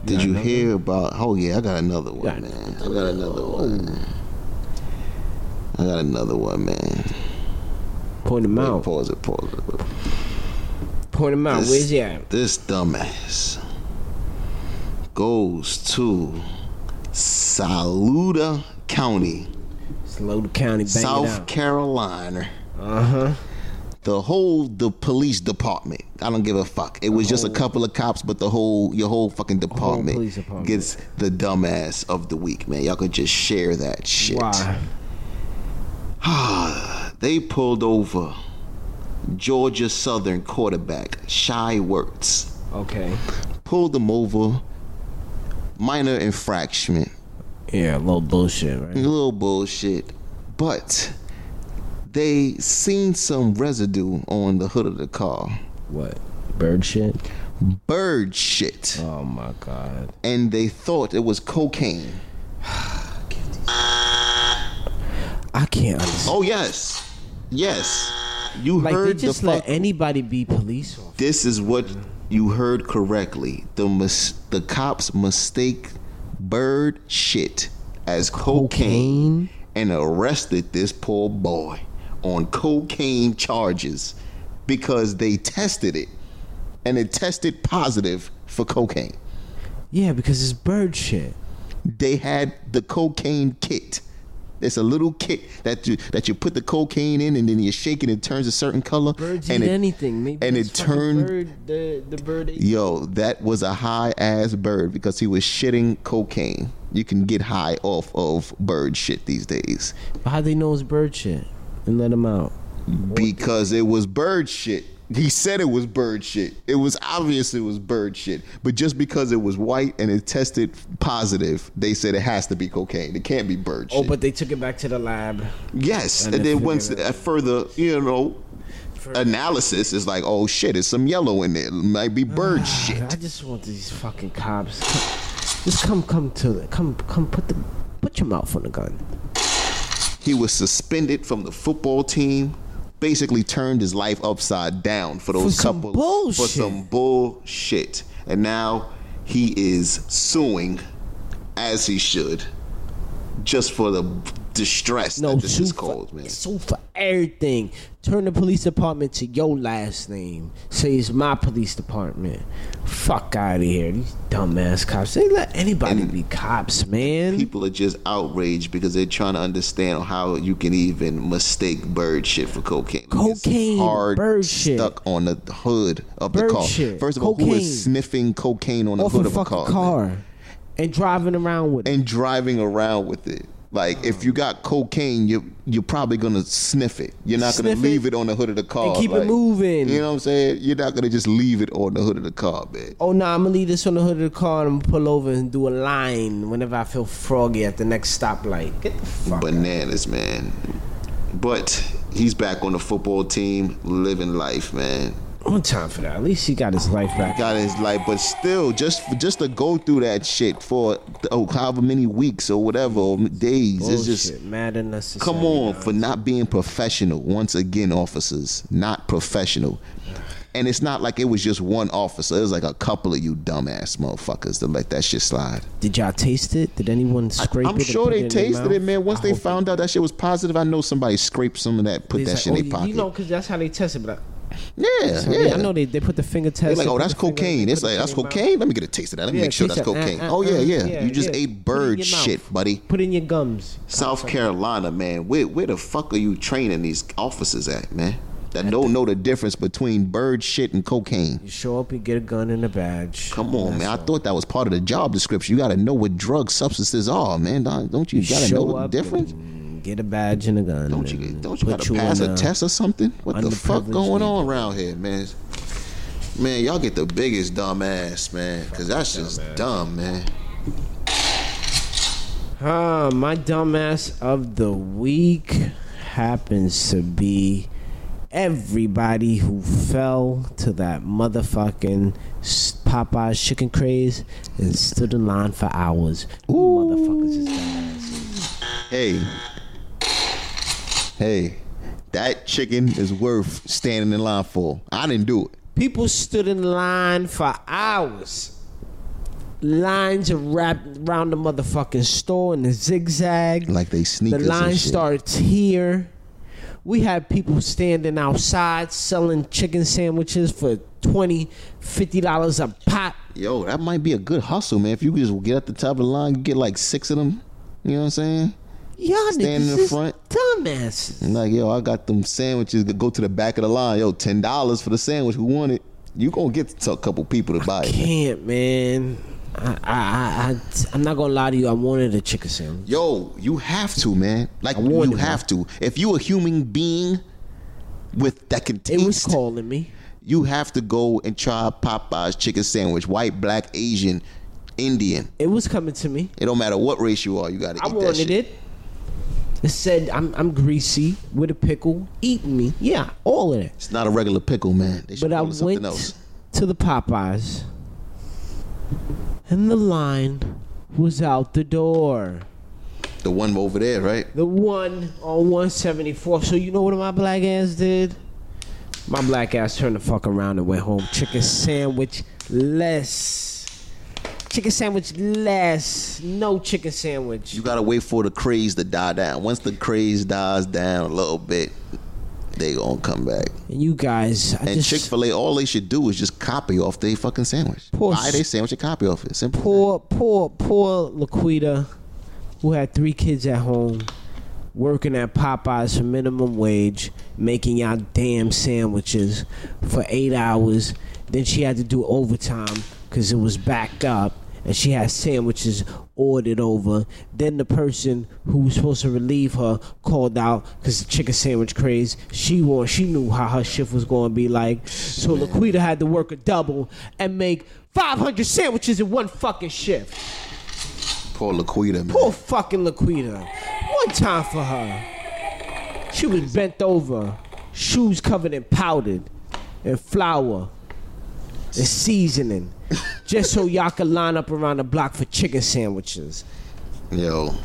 Did got you another hear about? Oh yeah, I got another one, Got Oh. man. I got another one. I got another one, man. Point him Wait, out. pause it. Pause it. Point him out. This- Where's he at? This dumbass goes to Saluda County, Slow the county, bang South it Carolina. out. Uh huh. The whole the police department. I don't give a fuck. It was just a couple of cops, but the whole your whole fucking department, police department. gets the dumbass of the week, man. Y'all could just share that shit. Why? They pulled over Georgia Southern quarterback Shy Wirtz. Okay. Pulled them over. Minor infraction. Yeah, a little bullshit, A right? little bullshit. But they seen some residue on the hood of the car. What? Bird shit? Bird shit. Oh my god. And they thought it was cocaine. I can't understand. Oh yes. Yes. You Like heard they just the let fuck anybody be police officer. this is what you heard correctly. The mis- the cops mistake bird shit as cocaine, Cocaine? and arrested this poor boy on cocaine charges because they tested it and it tested positive for cocaine. Yeah, because it's bird shit. They had the cocaine kit. It's a little kit that you that you put the cocaine in and then you shake it and it turns a certain color Birds and eat it- anything. Maybe and that's it fucking turned bird, the the bird. ate- Yo, that was a high ass bird because he was shitting cocaine. You can get high off of bird shit these days But How they know it's bird shit and let them out? because it was bird shit. He said it was bird shit. It was obvious it was bird shit. But just because it was white and it tested positive, they said it has to be cocaine. It can't be bird shit. Oh, but they took it back to the lab. yes, and, And they then once figured a further, you know, analysis is like, oh shit, it's some yellow in there. It might be bird shit. I just want these fucking cops. Just come, come to the come, come put the put your mouth on the gun. He was suspended from the football team basically turned his life upside down for those some couple for bullshit. some bullshit. And now he is suing as he should just for the distress No, that this sue is for, called, man. sue for everything. Turn the police department to your last name. Say it's my police department. Fuck out of here. These dumbass cops. They let anybody be cops, man. People are just outraged because they're trying to understand how you can even mistake bird shit for cocaine. Like, it's Cocaine, hard bird shit. stuck on the hood of Bird the car. shit, First of all, who cocaine. is sniffing cocaine on the off hood a of a fucking car? car, man? and driving around with it. and driving around with it. Like if you got cocaine, you you're probably gonna sniff it. You're not gonna Sniff leave it it on the hood of the car. and keep it like, moving. You know what I'm saying? You're not gonna just leave it on the hood of the car, man. Oh nah, I'm gonna leave this on the hood of the car and I'm gonna pull over and do a line whenever I feel froggy at the next stoplight. Get the fuck. Bananas, man. But he's back on the football team, living life, man. One time for that. At least he got his life back. Got his life, but still, just just to go through that shit for oh, however many weeks or whatever or days, it's just Bullshit, mad unnecessary. Come on for not being professional. Once again, officers, not professional. And it's not like it was just one officer. It was like a couple of you dumbass motherfuckers to let that shit slide. Did y'all taste it? Did anyone scrape it? I'm and sure put they in their tasted it, mouth? man. Once I they hope found out that shit was positive, I know somebody scraped some of that, put it's that like, shit oh, in their pocket. You know, because that's how they test it. But I- yeah, so yeah. I know they, they put the finger test. They're like, they oh, put that's the finger- they cocaine. put It's the like, that's finger in cocaine. Let me get a taste of that. Let me Yeah, make sure taste that's that. Uh, cocaine. uh, oh, yeah, uh, yeah. yeah, You just yeah. Put it ate in bird your shit, mouth. buddy. your mouth. Put it in your gums. South Carolina, man. Where where the fuck are you training these officers at, man? That don't know the difference between bird shit and cocaine. You show up, you get a gun and a badge. Come on, man. I thought that was part of the job description. You got to know what drug substances are, man. Don- Don't you got to Show know the up difference? and Get a badge and a gun. Don't you and don't you put got to pass in a test or something? What the fuck underprivileged going on around here, man? Man, y'all get the biggest dumbass, man. Cause that's just dumb, man. Ah, my dumbass of the week happens to be everybody who fell to that motherfucking s- Popeye's chicken craze and stood in line for hours. You Motherfuckers is dumbasses. Hey, hey, that chicken is worth standing in line for. I didn't do it. People stood in line for hours. Lines wrapped around the motherfucking store in a zigzag. like they The sneakers. line and shit. starts here. We had people standing outside selling chicken sandwiches for 20 dollars a pop. Yo, that might be a good hustle, man. If you could just get at the top of the line, you get like six of them. You know what I'm saying? Y'all Standing niggas in is front. dumbasses. And like, yo, I got them sandwiches. Go to the back of the line. Yo, ten dollars for the sandwich. Who want it? You gonna get to a couple people to buy it. Can't man. I, I, I, I, am not gonna lie to you. I wanted a chicken sandwich. Yo, you have to, man. Like you warned him. have to. If you a human being with that can It taste, was calling me. you have to go and try Popeye's chicken sandwich. White, black, Asian, Indian. It was coming to me. It don't matter what race you are. You gotta. I eat that wanted shit. it. It said I'm, I'm greasy with a pickle. Eat me. Yeah, all of that. It's not a regular pickle, man. They should But I call it something went else. to the Popeyes, and the line was out the door. The one over there, right? The one on 174. So you know what my black ass did? My black ass turned the fuck around and went home. Chicken sandwich less. Chicken sandwich less. No chicken sandwich. You gotta wait for the craze to die down. Once the craze dies down a little bit, they gonna come back. And you guys, I And just Chick Fil A, all they should do is just copy off their fucking sandwich. Poor Buy their s- sandwich and copy off it. Simple. poor, poor, poor Laquita, who had three kids at home, working at Popeyes for minimum wage, making y'all damn sandwiches for eight hours. Then she had to do overtime because it was backed up, and she had sandwiches ordered over. Then the person who was supposed to relieve her called out because the chicken sandwich craze. She won. She knew how her shift was going to be like. So Laquita had to work a double and make 500 sandwiches in one fucking shift. Poor Laquita, man. Poor Oh, fucking Laquita. One time for her. She was bent over, shoes covered in powdered and flour and seasoning, just so y'all could line up around the block for chicken sandwiches. Yo,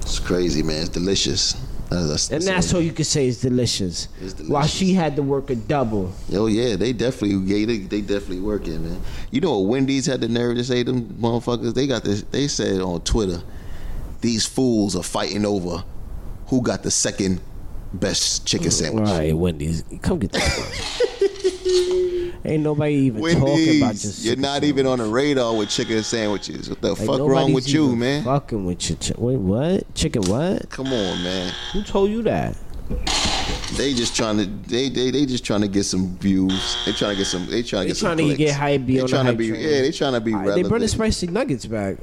it's crazy, man. It's delicious. That's- that's- And that's all you can say is delicious. It's delicious. While she had to work a double. Oh yeah, they definitely yeah, they, they definitely working, man. You know what Wendy's had the nerve to say them motherfuckers? They got this they said on Twitter, these fools are fighting over who got the second best chicken sandwich. right, Wendy's, come get that. Ain't nobody even talking about Wendy's, this. you're not even on the radar with chicken sandwiches. What the fuck wrong with you, man? Fucking with your chi- wait, what? Chicken what? Come on, man. Who told you that? They just trying to they, they they just trying to get some views. They trying to get some they trying to They get some tryna get clicks. hype, be They on the trying to hype be train. yeah. They trying to be they bring the relevant. spicy nuggets back.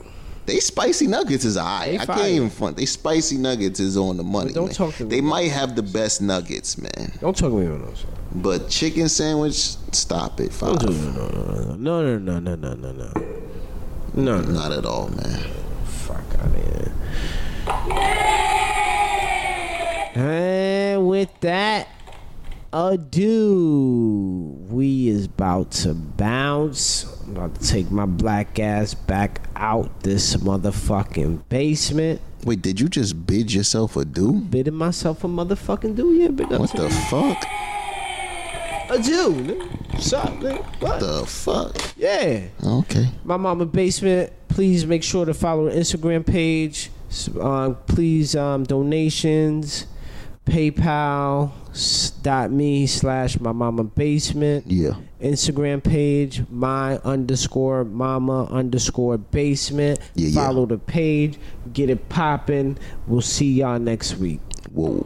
They spicy nuggets is alright. They I fire. can't even front. They spicy nuggets is on the money. But don't man. talk to me. They might have the best nuggets, man. Don't talk to me about those. But chicken sandwich, stop it. Five. No, no, no, no, no, no, no, no, no, no, no. Not at all, man. Fuck out of here. And with that ado, we is about to bounce. I'm about to take my black ass back out this motherfucking basement. Wait, did you just bid yourself adieu? Bidding myself a motherfucking do, yeah, big up What to the fuck? a dude. What's up, nigga? What? The fuck? yeah. Okay. My Mama Basement. Please make sure to follow our Instagram page. S- Uh, please um, donations, PayPal s- dot me slash My Mama Basement. Yeah. Instagram page my underscore mama underscore basement. Yeah, yeah. follow the page. Get it poppin'. We'll see y'all next week. Whoa.